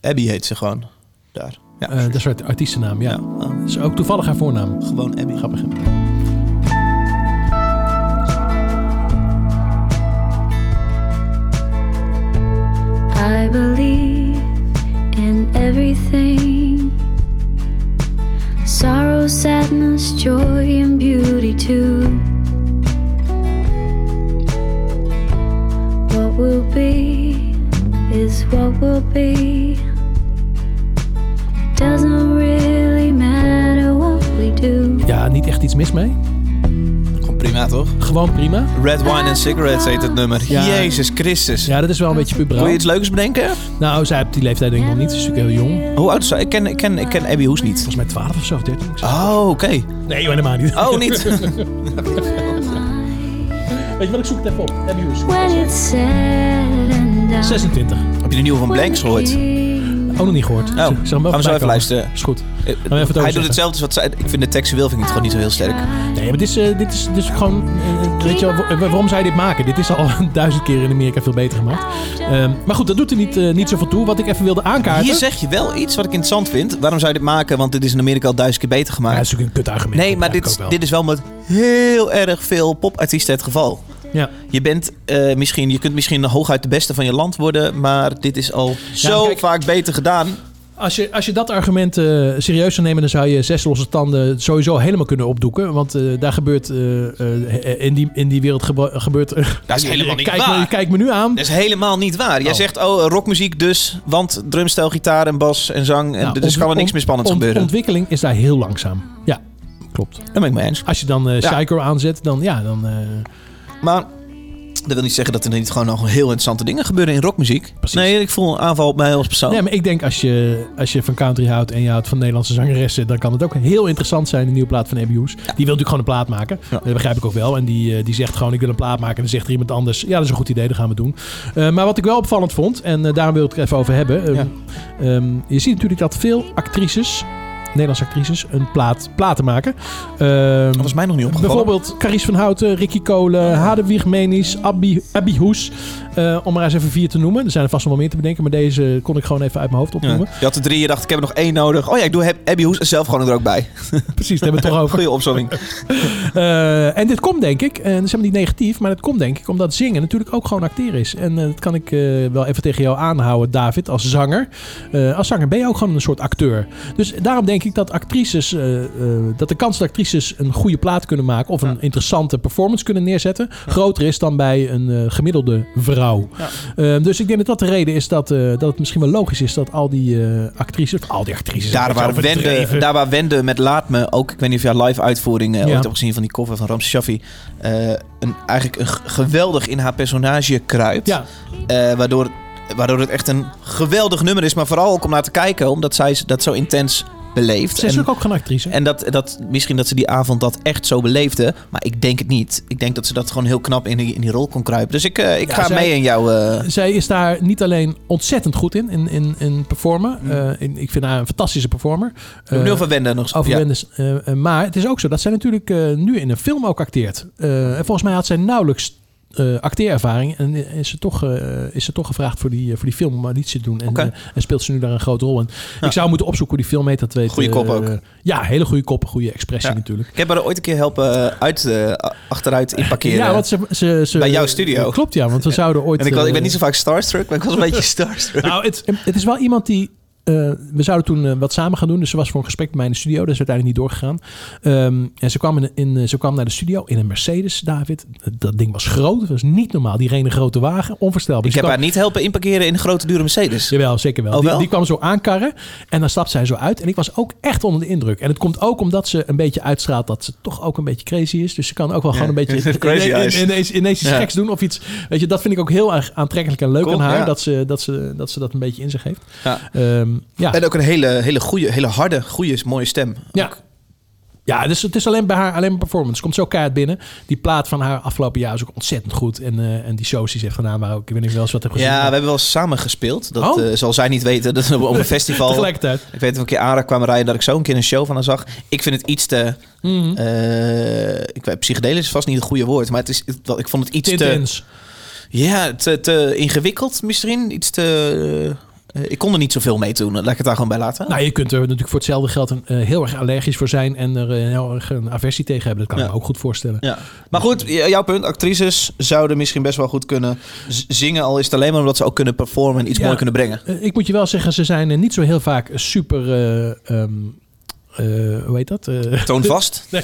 S2: Abby heet ze gewoon. Daar. Ja. eh,
S1: Eh, dat is haar artiestennaam, ja. Dat is ook toevallig haar voornaam.
S2: Gewoon Abby.
S1: Grappig. hè?
S15: I believe in everything sorrow, sadness, joy, and beauty too. What will be is what will be. Doesn't really matter what we do.
S1: Ja, niet echt iets mis mee.
S2: Gewoon prima, toch?
S1: Gewoon prima.
S2: Red Wine and Cigarettes heet het nummer.
S1: Ja.
S2: Jezus Christus.
S1: Ja, dat is wel een beetje puberaal.
S2: Wil je iets leuks bedenken?
S1: Nou, zij heeft die leeftijd denk ik nog niet. Ze is natuurlijk heel jong. Oh, ah.
S2: Hoe oud is zij? Ik ken, ik ken, ik ken Abby Hoes niet. Volgens
S1: mij 12 of zo, 13.
S2: Oh, oké.
S1: Nee, joh, helemaal niet.
S2: Oh, niet?
S1: Weet je wat, ik zoek het even op. Abby Hoes.
S15: When it's said and
S1: 26.
S2: Heb je de nieuwe van Blanks gehoord?
S1: Ook nog niet gehoord.
S2: Oh, gaan we zo even luisteren.
S1: Is goed.
S2: Eh,
S1: even het
S2: Hij
S1: overzetten.
S2: doet hetzelfde als wat zij... Ik vind de tekst wil vind ik het gewoon niet zo heel sterk.
S1: Nee, maar dit is, eh, dit is, dit is gewoon... eh, eh, weet je wel, wa- waarom zij dit maken? Dit is al duizend keer in Amerika veel beter gemaakt. Ehm, maar goed, dat doet er niet, eh, niet zoveel toe. Wat ik even wilde aankaarten...
S2: Hier zeg je wel iets wat ik interessant vind. Waarom zou je dit maken? Want dit is in Amerika al duizend keer beter gemaakt.
S1: Ja, dat is natuurlijk een kut argument.
S2: Nee, maar dit, is-
S1: ook wel.
S2: dit is wel met heel erg veel popartiesten het geval.
S1: Ja.
S2: Je, bent, eh, misschien, je kunt misschien hooguit de beste van je land worden, maar dit is al zo vaak beter gedaan.
S1: Als je, als je dat argument eh, serieus zou nemen, dan zou je zes losse tanden sowieso helemaal kunnen opdoeken. Want eh, daar gebeurt eh, eh, in, die, in die wereld gebe- gebeurt.
S2: Dat is helemaal niet
S1: kijk
S2: waar.
S1: Me, kijk me nu aan.
S2: Dat is helemaal niet waar. Jij
S1: Oh.
S2: zegt, oh, rockmuziek dus, want drumstijl, gitaar en bas en zang. En
S1: Nou,
S2: dus kan er
S1: ont-
S2: niks meer spannends
S1: ont-
S2: gebeuren.
S1: Ontwikkeling is daar heel langzaam. Ja, klopt.
S2: Daar ben ik mee eens.
S1: Als je dan eh,
S2: Ja.
S1: Psycho aanzet, dan ja, dan. eh,
S2: Maar dat wil niet zeggen dat er niet gewoon nog heel interessante dingen gebeuren in rockmuziek. Nee, ik voel een aanval op mij als persoon.
S1: Nee, maar ik denk als je, als je van country houdt en je houdt van Nederlandse zangeressen, dan kan het ook heel interessant zijn, de nieuwe plaat van Abby Hoes. Die wil natuurlijk gewoon een plaat maken. Dat begrijp ik ook wel. En die, eh, die zegt gewoon, ik wil een plaat maken. En dan zegt er iemand anders, ja, dat is een goed idee, dat gaan we doen. Eh, maar wat ik wel opvallend vond, en eh, daarom wil ik het er even over hebben. ehm, ehm, je ziet natuurlijk dat veel actrices, Nederlandse actrices, een plaat, platen maken. Ehm, dat
S2: was mij nog niet opgevallen.
S1: Bijvoorbeeld Caries van Houten, Ricky Kolen, Hadewig Menis, Abby, Abby Hoes. Eh, om maar eens even vier te noemen. Er zijn er vast nog wel meer te bedenken, maar deze kon ik gewoon even uit mijn hoofd
S2: Ja.
S1: opnoemen.
S2: Je had er drie, je dacht, ik heb er nog één nodig. Oh ja, ik doe Heb- Abby Hoes er zelf gewoon er ook bij.
S1: Precies, daar hebben we het toch over.
S2: Goeie opzomming.
S1: Eh, en dit komt denk ik, en dat is helemaal niet negatief, maar dat komt denk ik omdat zingen natuurlijk ook gewoon acteren is. En eh, dat kan ik eh, wel even tegen jou aanhouden, David, als zanger. Eh, als zanger ben je ook gewoon een soort acteur. Dus daarom denk ik dat actrices, eh, eh, dat de kans dat actrices een goede plaat kunnen maken of een interessante performance kunnen neerzetten, groter is dan bij een eh, gemiddelde vrouw. Eh, dus ik denk dat dat de reden is dat, eh, dat het misschien wel logisch is dat al die eh, actrices, of al die actrices,
S2: Daar
S1: dat is
S2: waar,
S1: overdreven.
S2: Wende, daar waar Wende met Laat Me ook, ik weet niet of jij live uitvoering eh,
S1: Ja.
S2: ooit hebt gezien van die cover van Ramse Shaffi, eh, een, eigenlijk een g- geweldig in haar personage kruipt. Eh, waardoor, waardoor het echt een geweldig nummer is, maar vooral ook om naar te kijken, omdat zij dat zo intens beleeft.
S1: Ze is
S2: En-
S1: ook geen actrice.
S2: En dat, dat, misschien dat ze die avond dat echt zo beleefde. Maar ik denk het niet. Ik denk dat ze dat gewoon heel knap in die, in die rol kon kruipen. Dus ik, eh, ik
S1: Ja,
S2: ga
S1: zij-
S2: mee in jouw... eh,
S1: Zij is daar niet alleen ontzettend goed in, in, in, in performen.
S2: Mm.
S1: Eh, in- ik vind haar een fantastische performer.
S2: hebben het nu over Wende nog-
S1: Eh, Over
S2: ja.
S1: Wende, eh, eh, maar het is ook zo dat zij natuurlijk eh, nu in een film ook acteert. Eh, en volgens mij had zij nauwelijks eh, acteerervaring. En is ze toch, eh, is ze toch gevraagd voor die, eh, voor die film om auditie te doen. En, eh, en speelt ze nu daar een grote rol in. Ik zou moeten opzoeken hoe die film heet. Dat weet,
S2: Goeie kop
S1: eh,
S2: ook.
S1: ja, hele goede kop. Goede expressie
S2: Ja.
S1: natuurlijk.
S2: Ik heb haar ooit een keer helpen uit, eh, achteruit in parkeren.
S1: Ja, want ze, ze, ze...
S2: eh, Bij jouw studio.
S1: Klopt, ja. Want we zouden ooit...
S2: en ik, was, ik
S1: eh,
S2: ben niet zo vaak starstruck, maar ik was een beetje starstruck.
S1: Nou, het, het is wel iemand die. eh, we zouden toen eh, wat samen gaan doen. Dus ze was voor een gesprek bij mij in de studio. Dat is uiteindelijk niet doorgegaan. Ehm, en ze kwam, in, in, eh, ze kwam naar de studio in een Mercedes, David. Dat- Dat ding was groot. Dat was niet normaal. Die reden een grote wagen. Onvoorstelbaar.
S2: ik
S1: Dus
S2: heb
S1: ze
S2: haar
S1: kwam-
S2: niet helpen inparkeren in een grote dure Mercedes.
S1: Jawel, zeker wel.
S2: Oh,
S1: Die,
S2: wel?
S1: die kwam zo aankarren. En dan stapt zij zo uit. En ik was ook echt onder de indruk. En het komt ook omdat ze een beetje uitstraalt dat ze toch ook een beetje crazy is. Dus ze kan ook wel gewoon een beetje
S2: Crazy
S1: ine-
S2: eyes.
S1: ine- ineens, ineens iets
S2: Ja.
S1: geks doen. Of iets. Weet je, dat vind ik ook heel erg aantrekkelijk en leuk
S2: Cool,
S1: aan haar.
S2: ja.
S1: Dat, ze, dat, ze, dat ze dat een beetje in zich heeft.
S2: Ja.
S1: Ehm, ja.
S2: En ook een hele, hele goede, hele harde, goede, mooie stem.
S1: Ja. Ja, dus het is alleen bij haar alleen maar performance. Komt zo keihard binnen. Die plaat van haar afgelopen jaar is ook ontzettend goed. En, eh, en die shows die ze heeft gedaan, waar ook, ik weet niet wel eens wat heb gezien.
S2: Ja, we hebben wel eens samen gespeeld. Dat
S1: Oh.
S2: eh, zal zij niet weten. Dat we op een festival.
S1: Tegelijkertijd.
S2: Ik weet dat we een keer Ara kwamen rijden dat ik zo een keer een show van haar zag. Ik vind het iets te.
S1: Mhm.
S2: eh, ik weet, psychedelisch is vast niet het goede woord, maar het is, het- wel, ik vond het iets
S1: Te
S2: te.
S1: intens.
S2: Ja, te, te ingewikkeld misschien. Iets te. eh, ik kon er niet zoveel mee doen. Laat ik het daar gewoon bij laten.
S1: Nou, je kunt er natuurlijk voor hetzelfde geld een, eh, heel erg allergisch voor zijn. En er eh, heel erg een aversie tegen hebben. Dat kan ik me ook goed voorstellen.
S2: Ja. Maar goed, j- jouw punt. Actrices zouden misschien best wel goed kunnen z- zingen. Al is het alleen maar omdat ze ook kunnen performen en iets
S1: Ja.
S2: mooi kunnen brengen.
S1: Eh, ik moet je wel zeggen, ze zijn eh, niet zo heel vaak super... eh, ehm, eh, hoe heet dat? Eh,
S2: Toonvast.
S1: Nee.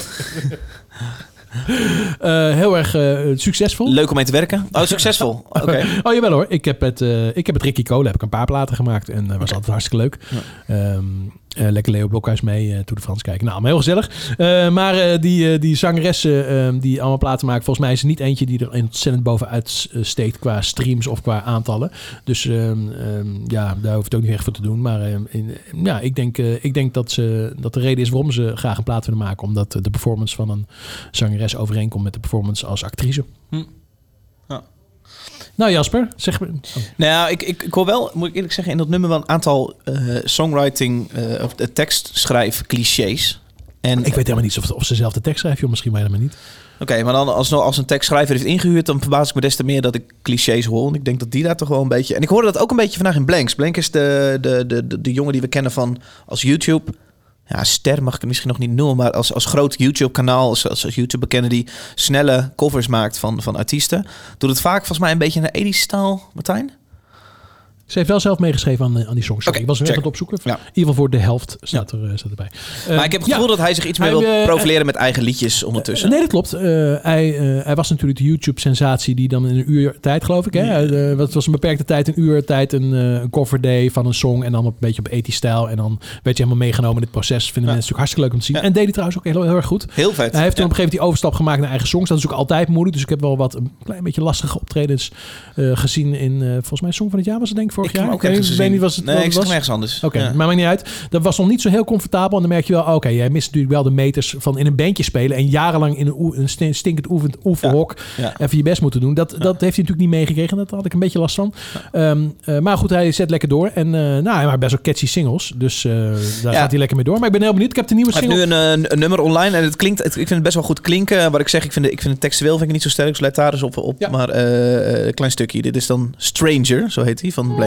S1: Eh, heel erg eh, succesvol.
S2: Leuk om mee te werken. Oh, succesvol. Oké.
S1: Oh jawel hoor, ik heb het, eh, ik heb het Ricky Cole heb ik een paar platen gemaakt en dat was altijd hartstikke leuk. Ehm, eh, lekker Leo Blokhuis mee, eh Tour de France kijken. Nou, maar heel gezellig. Eh, maar eh, die, eh, die zangeressen ehm, die allemaal platen maken, volgens mij is er niet eentje die er ontzettend bovenuit eh, steekt qua streams of qua aantallen. Dus ehm, ehm, ja, daar hoef je het ook niet echt voor te doen. Maar ehm, in- ja, ik denk, eh, ik denk dat, ze, dat de reden is waarom ze graag een plaat willen maken. Omdat eh, de performance van een zangeres overeenkomt met de performance als actrice. Nou Jasper, zeg maar.
S2: Nou, ik, ik, ik hoor wel, moet ik eerlijk zeggen, in dat nummer wel een aantal eh, songwriting, eh, of de tekstschrijf clichés. En,
S1: ik weet helemaal niet of, of ze zelf de tekst schrijft, joh, misschien maar helemaal niet.
S2: Oké, maar dan als, als een tekstschrijver heeft ingehuurd, dan verbaas ik me des te meer dat ik clichés hoor. Want ik denk dat die daar toch wel een beetje. En ik hoorde dat ook een beetje vandaag in Blanks. Blank is de, de, de, de, de jongen die we kennen van als YouTube. Ja, ster mag ik het misschien nog niet noemen, maar als, als groot YouTube-kanaal, als, als, als YouTuber kennen die snelle covers maakt van, van artiesten, doet het vaak volgens mij een beetje naar Edie Staal, Martijn?
S1: Ze heeft wel zelf meegeschreven aan, eh, aan die songs. Sorry, ik was net aan
S2: check.
S1: het opzoeken. In ieder geval voor de helft staat, er, eh, staat erbij. Eh,
S2: maar ik heb het
S1: ja.
S2: gevoel dat dus, hij zich iets meer
S1: Hij,
S2: wil
S1: eh,
S2: profileren met eigen liedjes ondertussen.
S1: Nee, dat klopt. Eh, hij, eh, hij was natuurlijk de YouTube-sensatie die dan in een uur tijd, geloof ik. Hè?
S2: Mm.
S1: Eh, wat was een beperkte tijd, een uur tijd, een, eh, een cover day van een song. En dan op, een beetje op ethisch stijl. En dan werd je helemaal meegenomen in het proces. Vinden mensen natuurlijk hartstikke leuk om te zien. En deed hij trouwens ook heel, heel erg goed.
S2: Heel vet.
S1: Hij heeft toen op een gegeven moment die overstap gemaakt naar eigen songs. Dat is ook altijd moeilijk. Dus ik heb wel wat een klein beetje lastige optredens eh, gezien in, eh, volgens mij, Song van het Jaar was het denk ik vorig
S2: heb
S1: jaar.
S2: hem ook ergens
S1: weet niet
S2: gezien.
S1: was het
S2: Nee,
S1: wat
S2: ik
S1: het
S2: zag
S1: was.
S2: hem ergens anders.
S1: Oké,
S2: Ja.
S1: maar maakt niet uit. Dat was nog niet zo heel comfortabel. En dan merk je wel, oké, jij mist natuurlijk wel de meters van in een bandje spelen. En jarenlang in een, oe- een stin- stinkend oefend, oefenhok
S2: Ja.
S1: even je best moeten doen. Dat, dat heeft hij natuurlijk niet meegekregen. Dat had ik een beetje last van. Ehm, eh, maar goed, hij zet lekker door. En eh, nou, hij maakt best wel catchy singles. Dus eh, daar
S2: Ja.
S1: gaat hij lekker mee door. Maar ik ben heel benieuwd. Ik heb de nieuwe
S2: Hij
S1: single.
S2: heeft nu een, een, een nummer online en het klinkt, het- ik vind het best wel goed klinken. Eh, Wat ik zeg, ik vind, de- ik vind het textueel vind ik niet zo sterk, dus let daar eens op. op Maar eh, een klein stukje. Dit is dan Stranger, zo heet hij, van Blanks.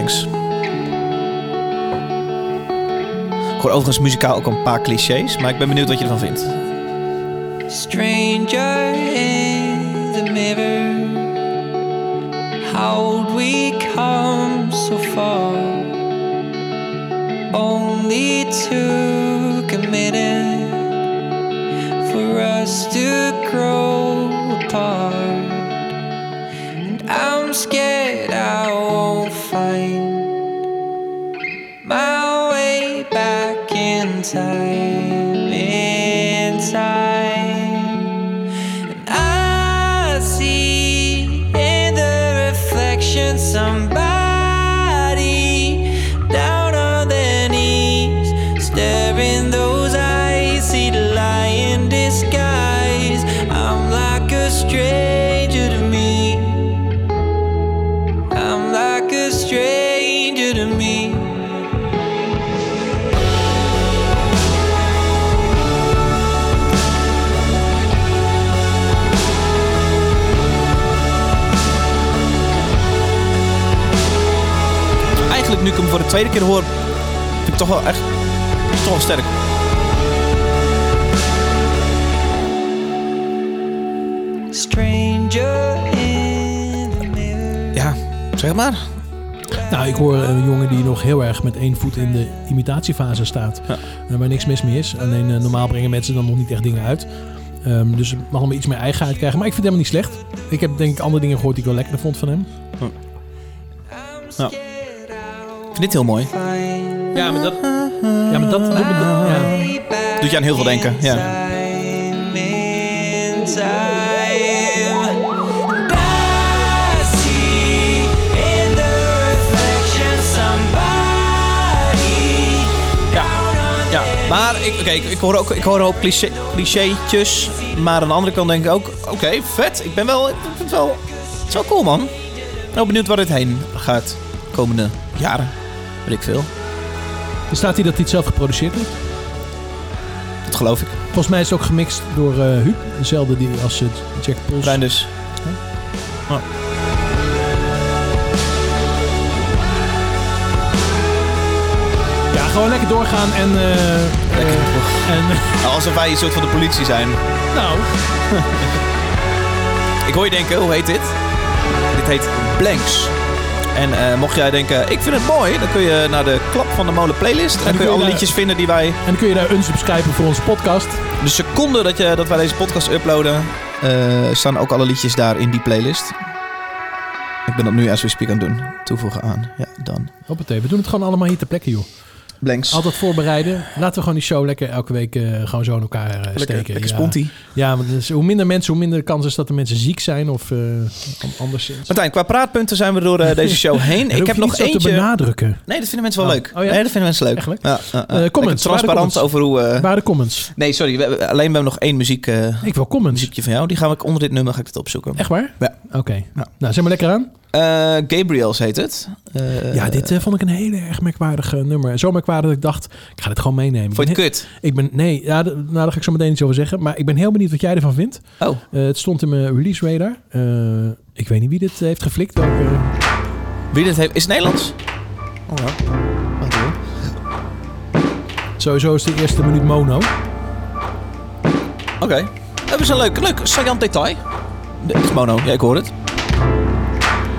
S2: Ik hoor overigens muzikaal ook een paar clichés, maar ik ben benieuwd wat je ervan vindt.
S16: Stranger in the mirror, how'd we come so far? Only took a minute for us to grow apart. And I'm scared I won't find my way back in time. In time, and I see in the reflection somebody down on their knees, staring those eyes. See the lie in disguise. I'm like a stranger to me. I'm like a stranger to me.
S2: Eigenlijk, nu ik hem voor de tweede keer hoor, vind ik het toch wel echt is toch wel sterk.
S16: Stranger
S2: Ja, zeg maar.
S1: Nou, ik hoor een jongen die nog heel erg met één voet in de imitatiefase staat. Eh, waar niks mis mee is. Alleen eh, normaal brengen mensen dan nog niet echt dingen uit. Ehm, dus het mag allemaal iets meer eigenheid krijgen. Maar ik vind het helemaal niet slecht. Ik heb denk ik andere dingen gehoord die ik wel lekkerder vond van hem.
S2: Nou. Ik vind dit heel mooi.
S1: Ja, maar dat... Ja, maar dat...
S2: Doet je aan heel veel denken. Ja.
S16: Ja,
S2: ja. Maar ik, oké, ik, ik hoor ook ik hoor een hoop cliché, clichétjes. Maar aan de andere kant denk ik ook, oké, vet. Ik ben wel, ik vind het wel, het is wel cool man. Ik ben wel benieuwd waar dit heen gaat de komende jaren. Weet ik veel.
S1: Er staat hier dat hij het zelf geproduceerd heeft.
S2: Dat geloof ik.
S1: Volgens mij is het ook gemixt door eh Huub. Dezelfde die als het Jack Pulse. Bruin
S2: dus.
S1: Ja, gewoon lekker doorgaan en... eh, eh, en
S2: Nou, alsof wij een soort van de politie zijn.
S1: nou...
S2: Ik hoor je denken, hoe heet dit? Dit heet Blanks. En eh, mocht jij denken, ik vind het mooi, dan kun je naar de Klap van de Molen playlist. En dan kun je alle
S1: daar-
S2: liedjes vinden die wij...
S1: En dan kun je daar unsubscriben voor onze podcast.
S2: De seconde dat, je, dat wij deze podcast uploaden, eh, staan ook alle liedjes daar in die playlist. Ik ben dat nu as we speak aan het doen. Toevoegen aan. Ja, dan.
S1: Hoppatee, we doen het gewoon allemaal hier ter plekke, joh.
S2: Blanks.
S1: Altijd voorbereiden. Laten we gewoon die show lekker elke week eh, gewoon zo in elkaar eh, steken.
S2: lekker
S1: ja.
S2: spontie.
S1: Ja, want dus hoe minder mensen, hoe minder kans is dat de mensen ziek zijn of eh anders.
S2: Martijn, qua praatpunten zijn we door eh, deze show heen.
S1: Dat
S2: ik
S1: hoef
S2: heb
S1: je
S2: nog
S1: niet zo te
S2: eentje.
S1: benadrukken.
S2: Nee, dat vinden mensen wel
S1: Oh.
S2: leuk.
S1: Oh ja?
S2: Nee, dat vinden mensen leuk. Ja, ja, ja.
S1: Eh,
S2: Lekker
S1: comments, waar de
S2: transparant
S1: comments?
S2: over hoe. eh,
S1: Waar de comments?
S2: Nee, sorry. We, we- alleen we hebben nog één muziek. eh,
S1: Ik wil comments.
S2: Muziekje van jou. Die gaan we onder dit nummer ga ik het opzoeken.
S1: Echt waar?
S2: Ja.
S1: Oké. Nou, zeg maar lekker aan.
S2: Eh, Gabriels heet het. Eh,
S1: ja, dit eh, vond ik een heel erg merkwaardig eh, nummer. Zo merkwaardig dat ik dacht, ik ga dit gewoon meenemen.
S2: Vond je het
S1: Ik ben he- Ik ben, nee, ja, d- nou, daar ga ik zo meteen iets over zeggen. Maar ik ben heel benieuwd wat jij ervan vindt. Eh,
S2: Oh.
S1: het stond in mijn release radar. Eh, ik weet niet wie dit heeft geflikt. welke-
S2: Wie dit heeft. Is het Nederlands? Oh ja. Wacht even.
S1: Sowieso is de eerste minuut mono.
S2: Oké. Dat is een leuk, leuk saillant detail. De- Het is mono. Ja, ik hoor het.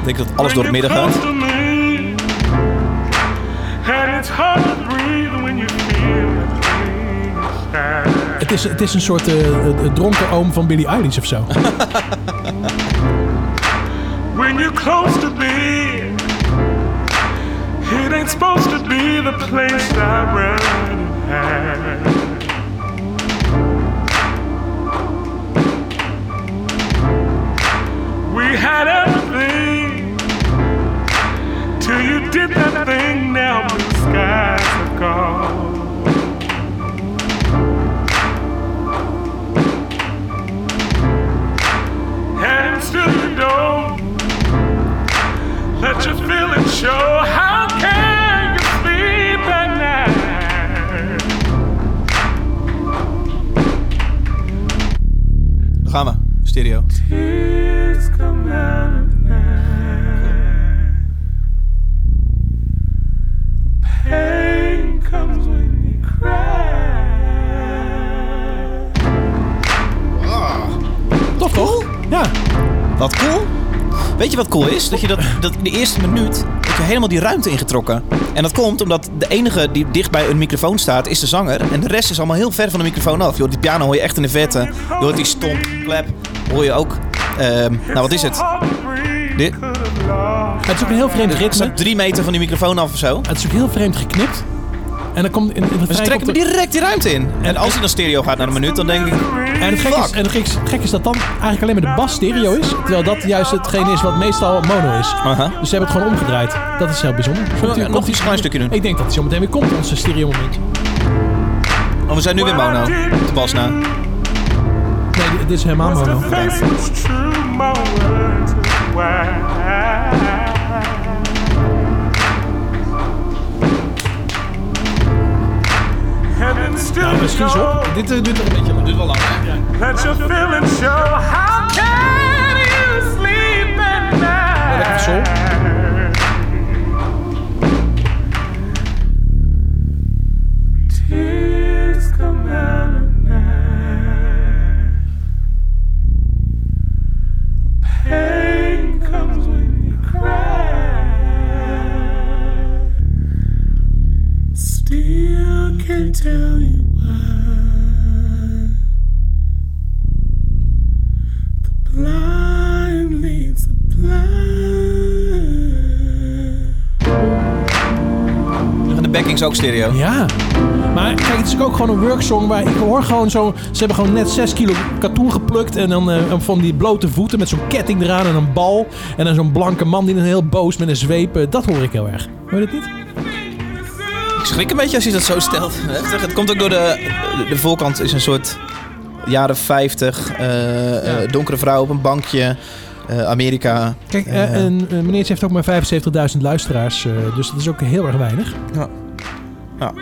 S2: Ik denk dat alles door het midden gaat.
S17: to me. And it's hard to breathe when you feel it inside.
S1: Het is, het is een soort eh, eh, eh, dronken oom van Billie Eilish of zo.
S17: When you're close to be, it ain't supposed to be the place I run and hide. We had everything till you did that thing. Now blue skies are gone. and still you don't let your feelings show. How can you sleep at night?
S2: Daar gaan we. Stereo.
S17: Tears come out at night. The pain comes when you cry.
S1: Toch cool? Ja.
S2: Wat cool? Weet je wat cool is? Dat je dat, dat in de eerste minuut dat je helemaal die ruimte ingetrokken. En dat komt omdat de enige die dicht bij een microfoon staat is de zanger. En de rest is allemaal heel ver van de microfoon af. Joh, die piano hoor je echt in de verte. Je hoort die stomp, klep. Hoor je ook. ehm, nou, wat is het? Dit?
S1: Het is ook een heel vreemd ritme.
S2: staat drie meter van die microfoon af of zo.
S1: Het is ook heel vreemd geknipt. En dan komt in, in
S2: Maar ze trekken me direct die ruimte in. En als hij dan stereo gaat naar de minuut, dan denk ik...
S1: En het gek is, en het gek is, gek is dat dan eigenlijk alleen maar de bas stereo is. Terwijl dat juist hetgeen is wat meestal mono is. Dus ze hebben het gewoon omgedraaid. Dat is heel bijzonder.
S2: nog
S1: Natuurlijk komt
S2: iets
S1: hij-
S2: klein stukje doen?
S1: Ik denk dat hij zo meteen weer komt, onze stereo momentje.
S2: Oh, we zijn nu weer mono. De bas na.
S1: Nee, dit- dit is helemaal mono.
S17: Face was true, my words were wise. Heaven still
S1: Nou, misschien is op. Dit eh, duurt nog een beetje lang.
S2: Duurt wel lang,
S17: Let your feelings show. How can you sleep at
S1: Lekker
S17: night?
S1: sol.
S17: Tears come out at night. The pain comes when you cry. Still can't tell you why. The blind leads the blind.
S2: En de backing is ook stereo.
S1: Ja. Maar kijk, het is ook gewoon een worksong waar ik hoor gewoon zo... Ze hebben gewoon net 6 kilo katoen geplukt en dan eh, van die blote voeten met zo'n ketting eraan en een bal. En dan zo'n blanke man die dan heel boos met een zweep... eh, Dat hoor ik heel erg. Hoor je dat niet?
S2: Ik schrik een beetje als je dat zo stelt. Heftig. Het komt ook door de... De voorkant is een soort jaren 50. eh, eh, donkere vrouw op een bankje. eh, Amerika.
S1: Kijk,
S2: Eh,
S1: eh, en, eh, meneertje heeft ook maar 75.000 luisteraars, eh, dus dat is ook heel erg weinig.
S2: Ja. Ja.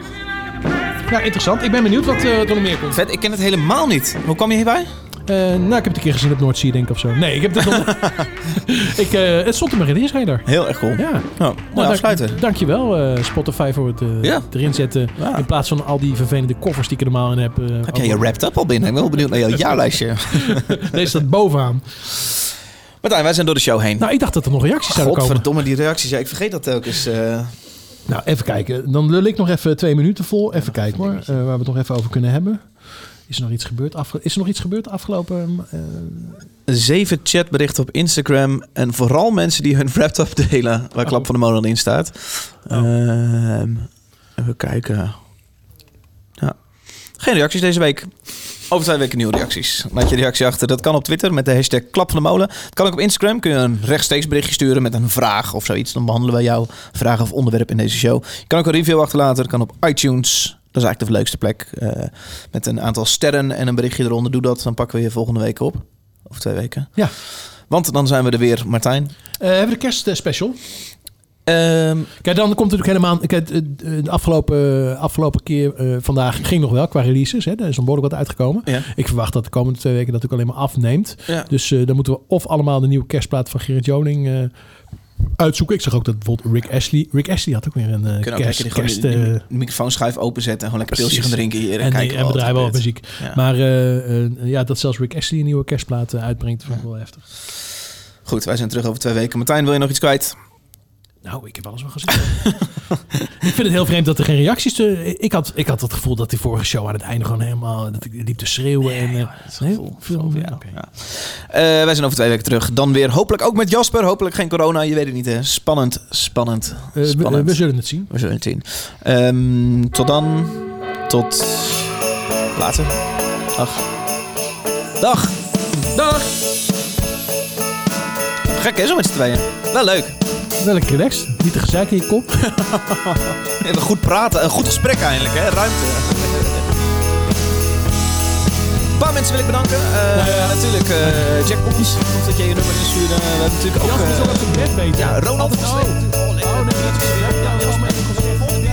S1: Nou, interessant. Ik ben benieuwd wat eh, wat er nog meer komt.
S2: Vet, ik ken het helemaal niet. Hoe kwam je hierbij?
S1: Eh, nou, ik heb het een keer gezien op Noordzee, denk ik, of zo. Nee, ik heb het nog... ik, eh, het stond in mijn release
S2: Heel erg cool.
S1: Ja.
S2: Nou, mooi
S1: dank-
S2: afsluiten.
S1: Dankjewel eh, Spotify voor het eh,
S2: Ja.
S1: erin zetten.
S2: Ja.
S1: In plaats van al die vervelende koffers die ik er normaal in heb. eh,
S2: Heb jij je wrapped up al binnen? Ik ben wel benieuwd naar jouw jaarlijstje.
S1: Deze staat bovenaan.
S2: Martijn, wij zijn door de show heen.
S1: Nou, ik dacht dat er nog reacties zouden komen.
S2: Godverdomme, die reacties. Ja, ik vergeet dat telkens. eh.
S1: Nou, even kijken. Dan lul ik nog even twee minuten vol. Even kijken hoor, eh, waar we het nog even over kunnen hebben. Is er nog iets gebeurd, afge- is er nog iets gebeurd afgelopen... eh,
S2: zeven chatberichten op Instagram. En vooral mensen die hun wrapped up delen. Waar Klap van de Molen in staat. Ehm, Even kijken. Ja. Geen reacties deze week. Over twee weken nieuwe reacties. Laat je reactie achter. Dat kan op Twitter met de hashtag Klap van de Molen. Dat kan ook op Instagram. Kun je een rechtstreeks berichtje sturen met een vraag of zoiets. Dan behandelen wij jouw vraag of onderwerp in deze show. Je kan ook een review achterlaten. Dat kan op iTunes. Dat is eigenlijk de leukste plek. eh, met een aantal sterren en een berichtje eronder. Doe dat. Dan pakken we je volgende week op. Over twee weken.
S1: Ja.
S2: Want dan zijn we er weer, Martijn. Ehm,
S1: Eh, hebben we de kerstspecial? kijk, dan komt er natuurlijk helemaal... Kijk, eh, eh, de afgelopen, afgelopen keer eh, vandaag ging nog wel qua releases. Hè, er is een behoorlijk wat uitgekomen.
S2: Ja.
S1: Ik verwacht dat de komende twee weken dat ook alleen maar afneemt.
S2: Ja.
S1: Dus eh, dan moeten we of allemaal de nieuwe kerstplaat van Gerrit Joning eh, uitzoeken. Ik zag ook dat bijvoorbeeld Rick Ashley... Rick Ashley had ook weer een eh,
S2: We kunnen ook
S1: kerst...
S2: lekker die,
S1: kerst
S2: gewoon die-
S1: eh,
S2: die, die microfoonschijf openzetten en gewoon lekker pilsje gaan
S1: Precies.
S2: drinken hier. En,
S1: En,
S2: kijken
S1: en
S2: wat
S1: we draaien wel wat
S2: er
S1: muziek.
S2: gebeurt.
S1: Maar eh, eh, ja, dat zelfs Rick Ashley een nieuwe kerstplaat eh, uitbrengt, vond ik wel heftig.
S2: Goed, wij zijn terug over twee weken. Martijn, wil je nog iets kwijt?
S1: Nou, ik heb alles wel gezien. ik vind het heel vreemd dat er geen reacties... Te, ik, had, ik had het gevoel dat die vorige show aan het einde gewoon helemaal... Dat ik liep te schreeuwen en... eh, nee, veel, ja, oké.
S2: Eh, wij zijn over twee weken terug. Dan weer hopelijk ook met Jasper. Hopelijk geen corona. Je weet het niet, hè? Spannend, spannend,
S1: Eh, we-
S2: spannend.
S1: we zullen het zien.
S2: We zullen het zien. Ehm, tot dan. Tot later. Dag. Dag. Dag. Gek hè, zo met z'n tweeën. Wel leuk.
S1: Wel lekker relaxed. Niet te gezeik in je kop.
S2: Even goed praten. Een goed gesprek eindelijk, hè? Ruimte. Een paar mensen wil ik bedanken. Eh, Natuurlijk eh, Jack Poppins. Goed dat jij je nummer instuurde. We hebben natuurlijk ook...
S1: Jasper is
S2: eh,
S1: ook op zijn bed beter.
S2: Ja, Ronald van Sleep.
S1: Oh, nee.
S2: Ja, Jasper is ook op zijn bed.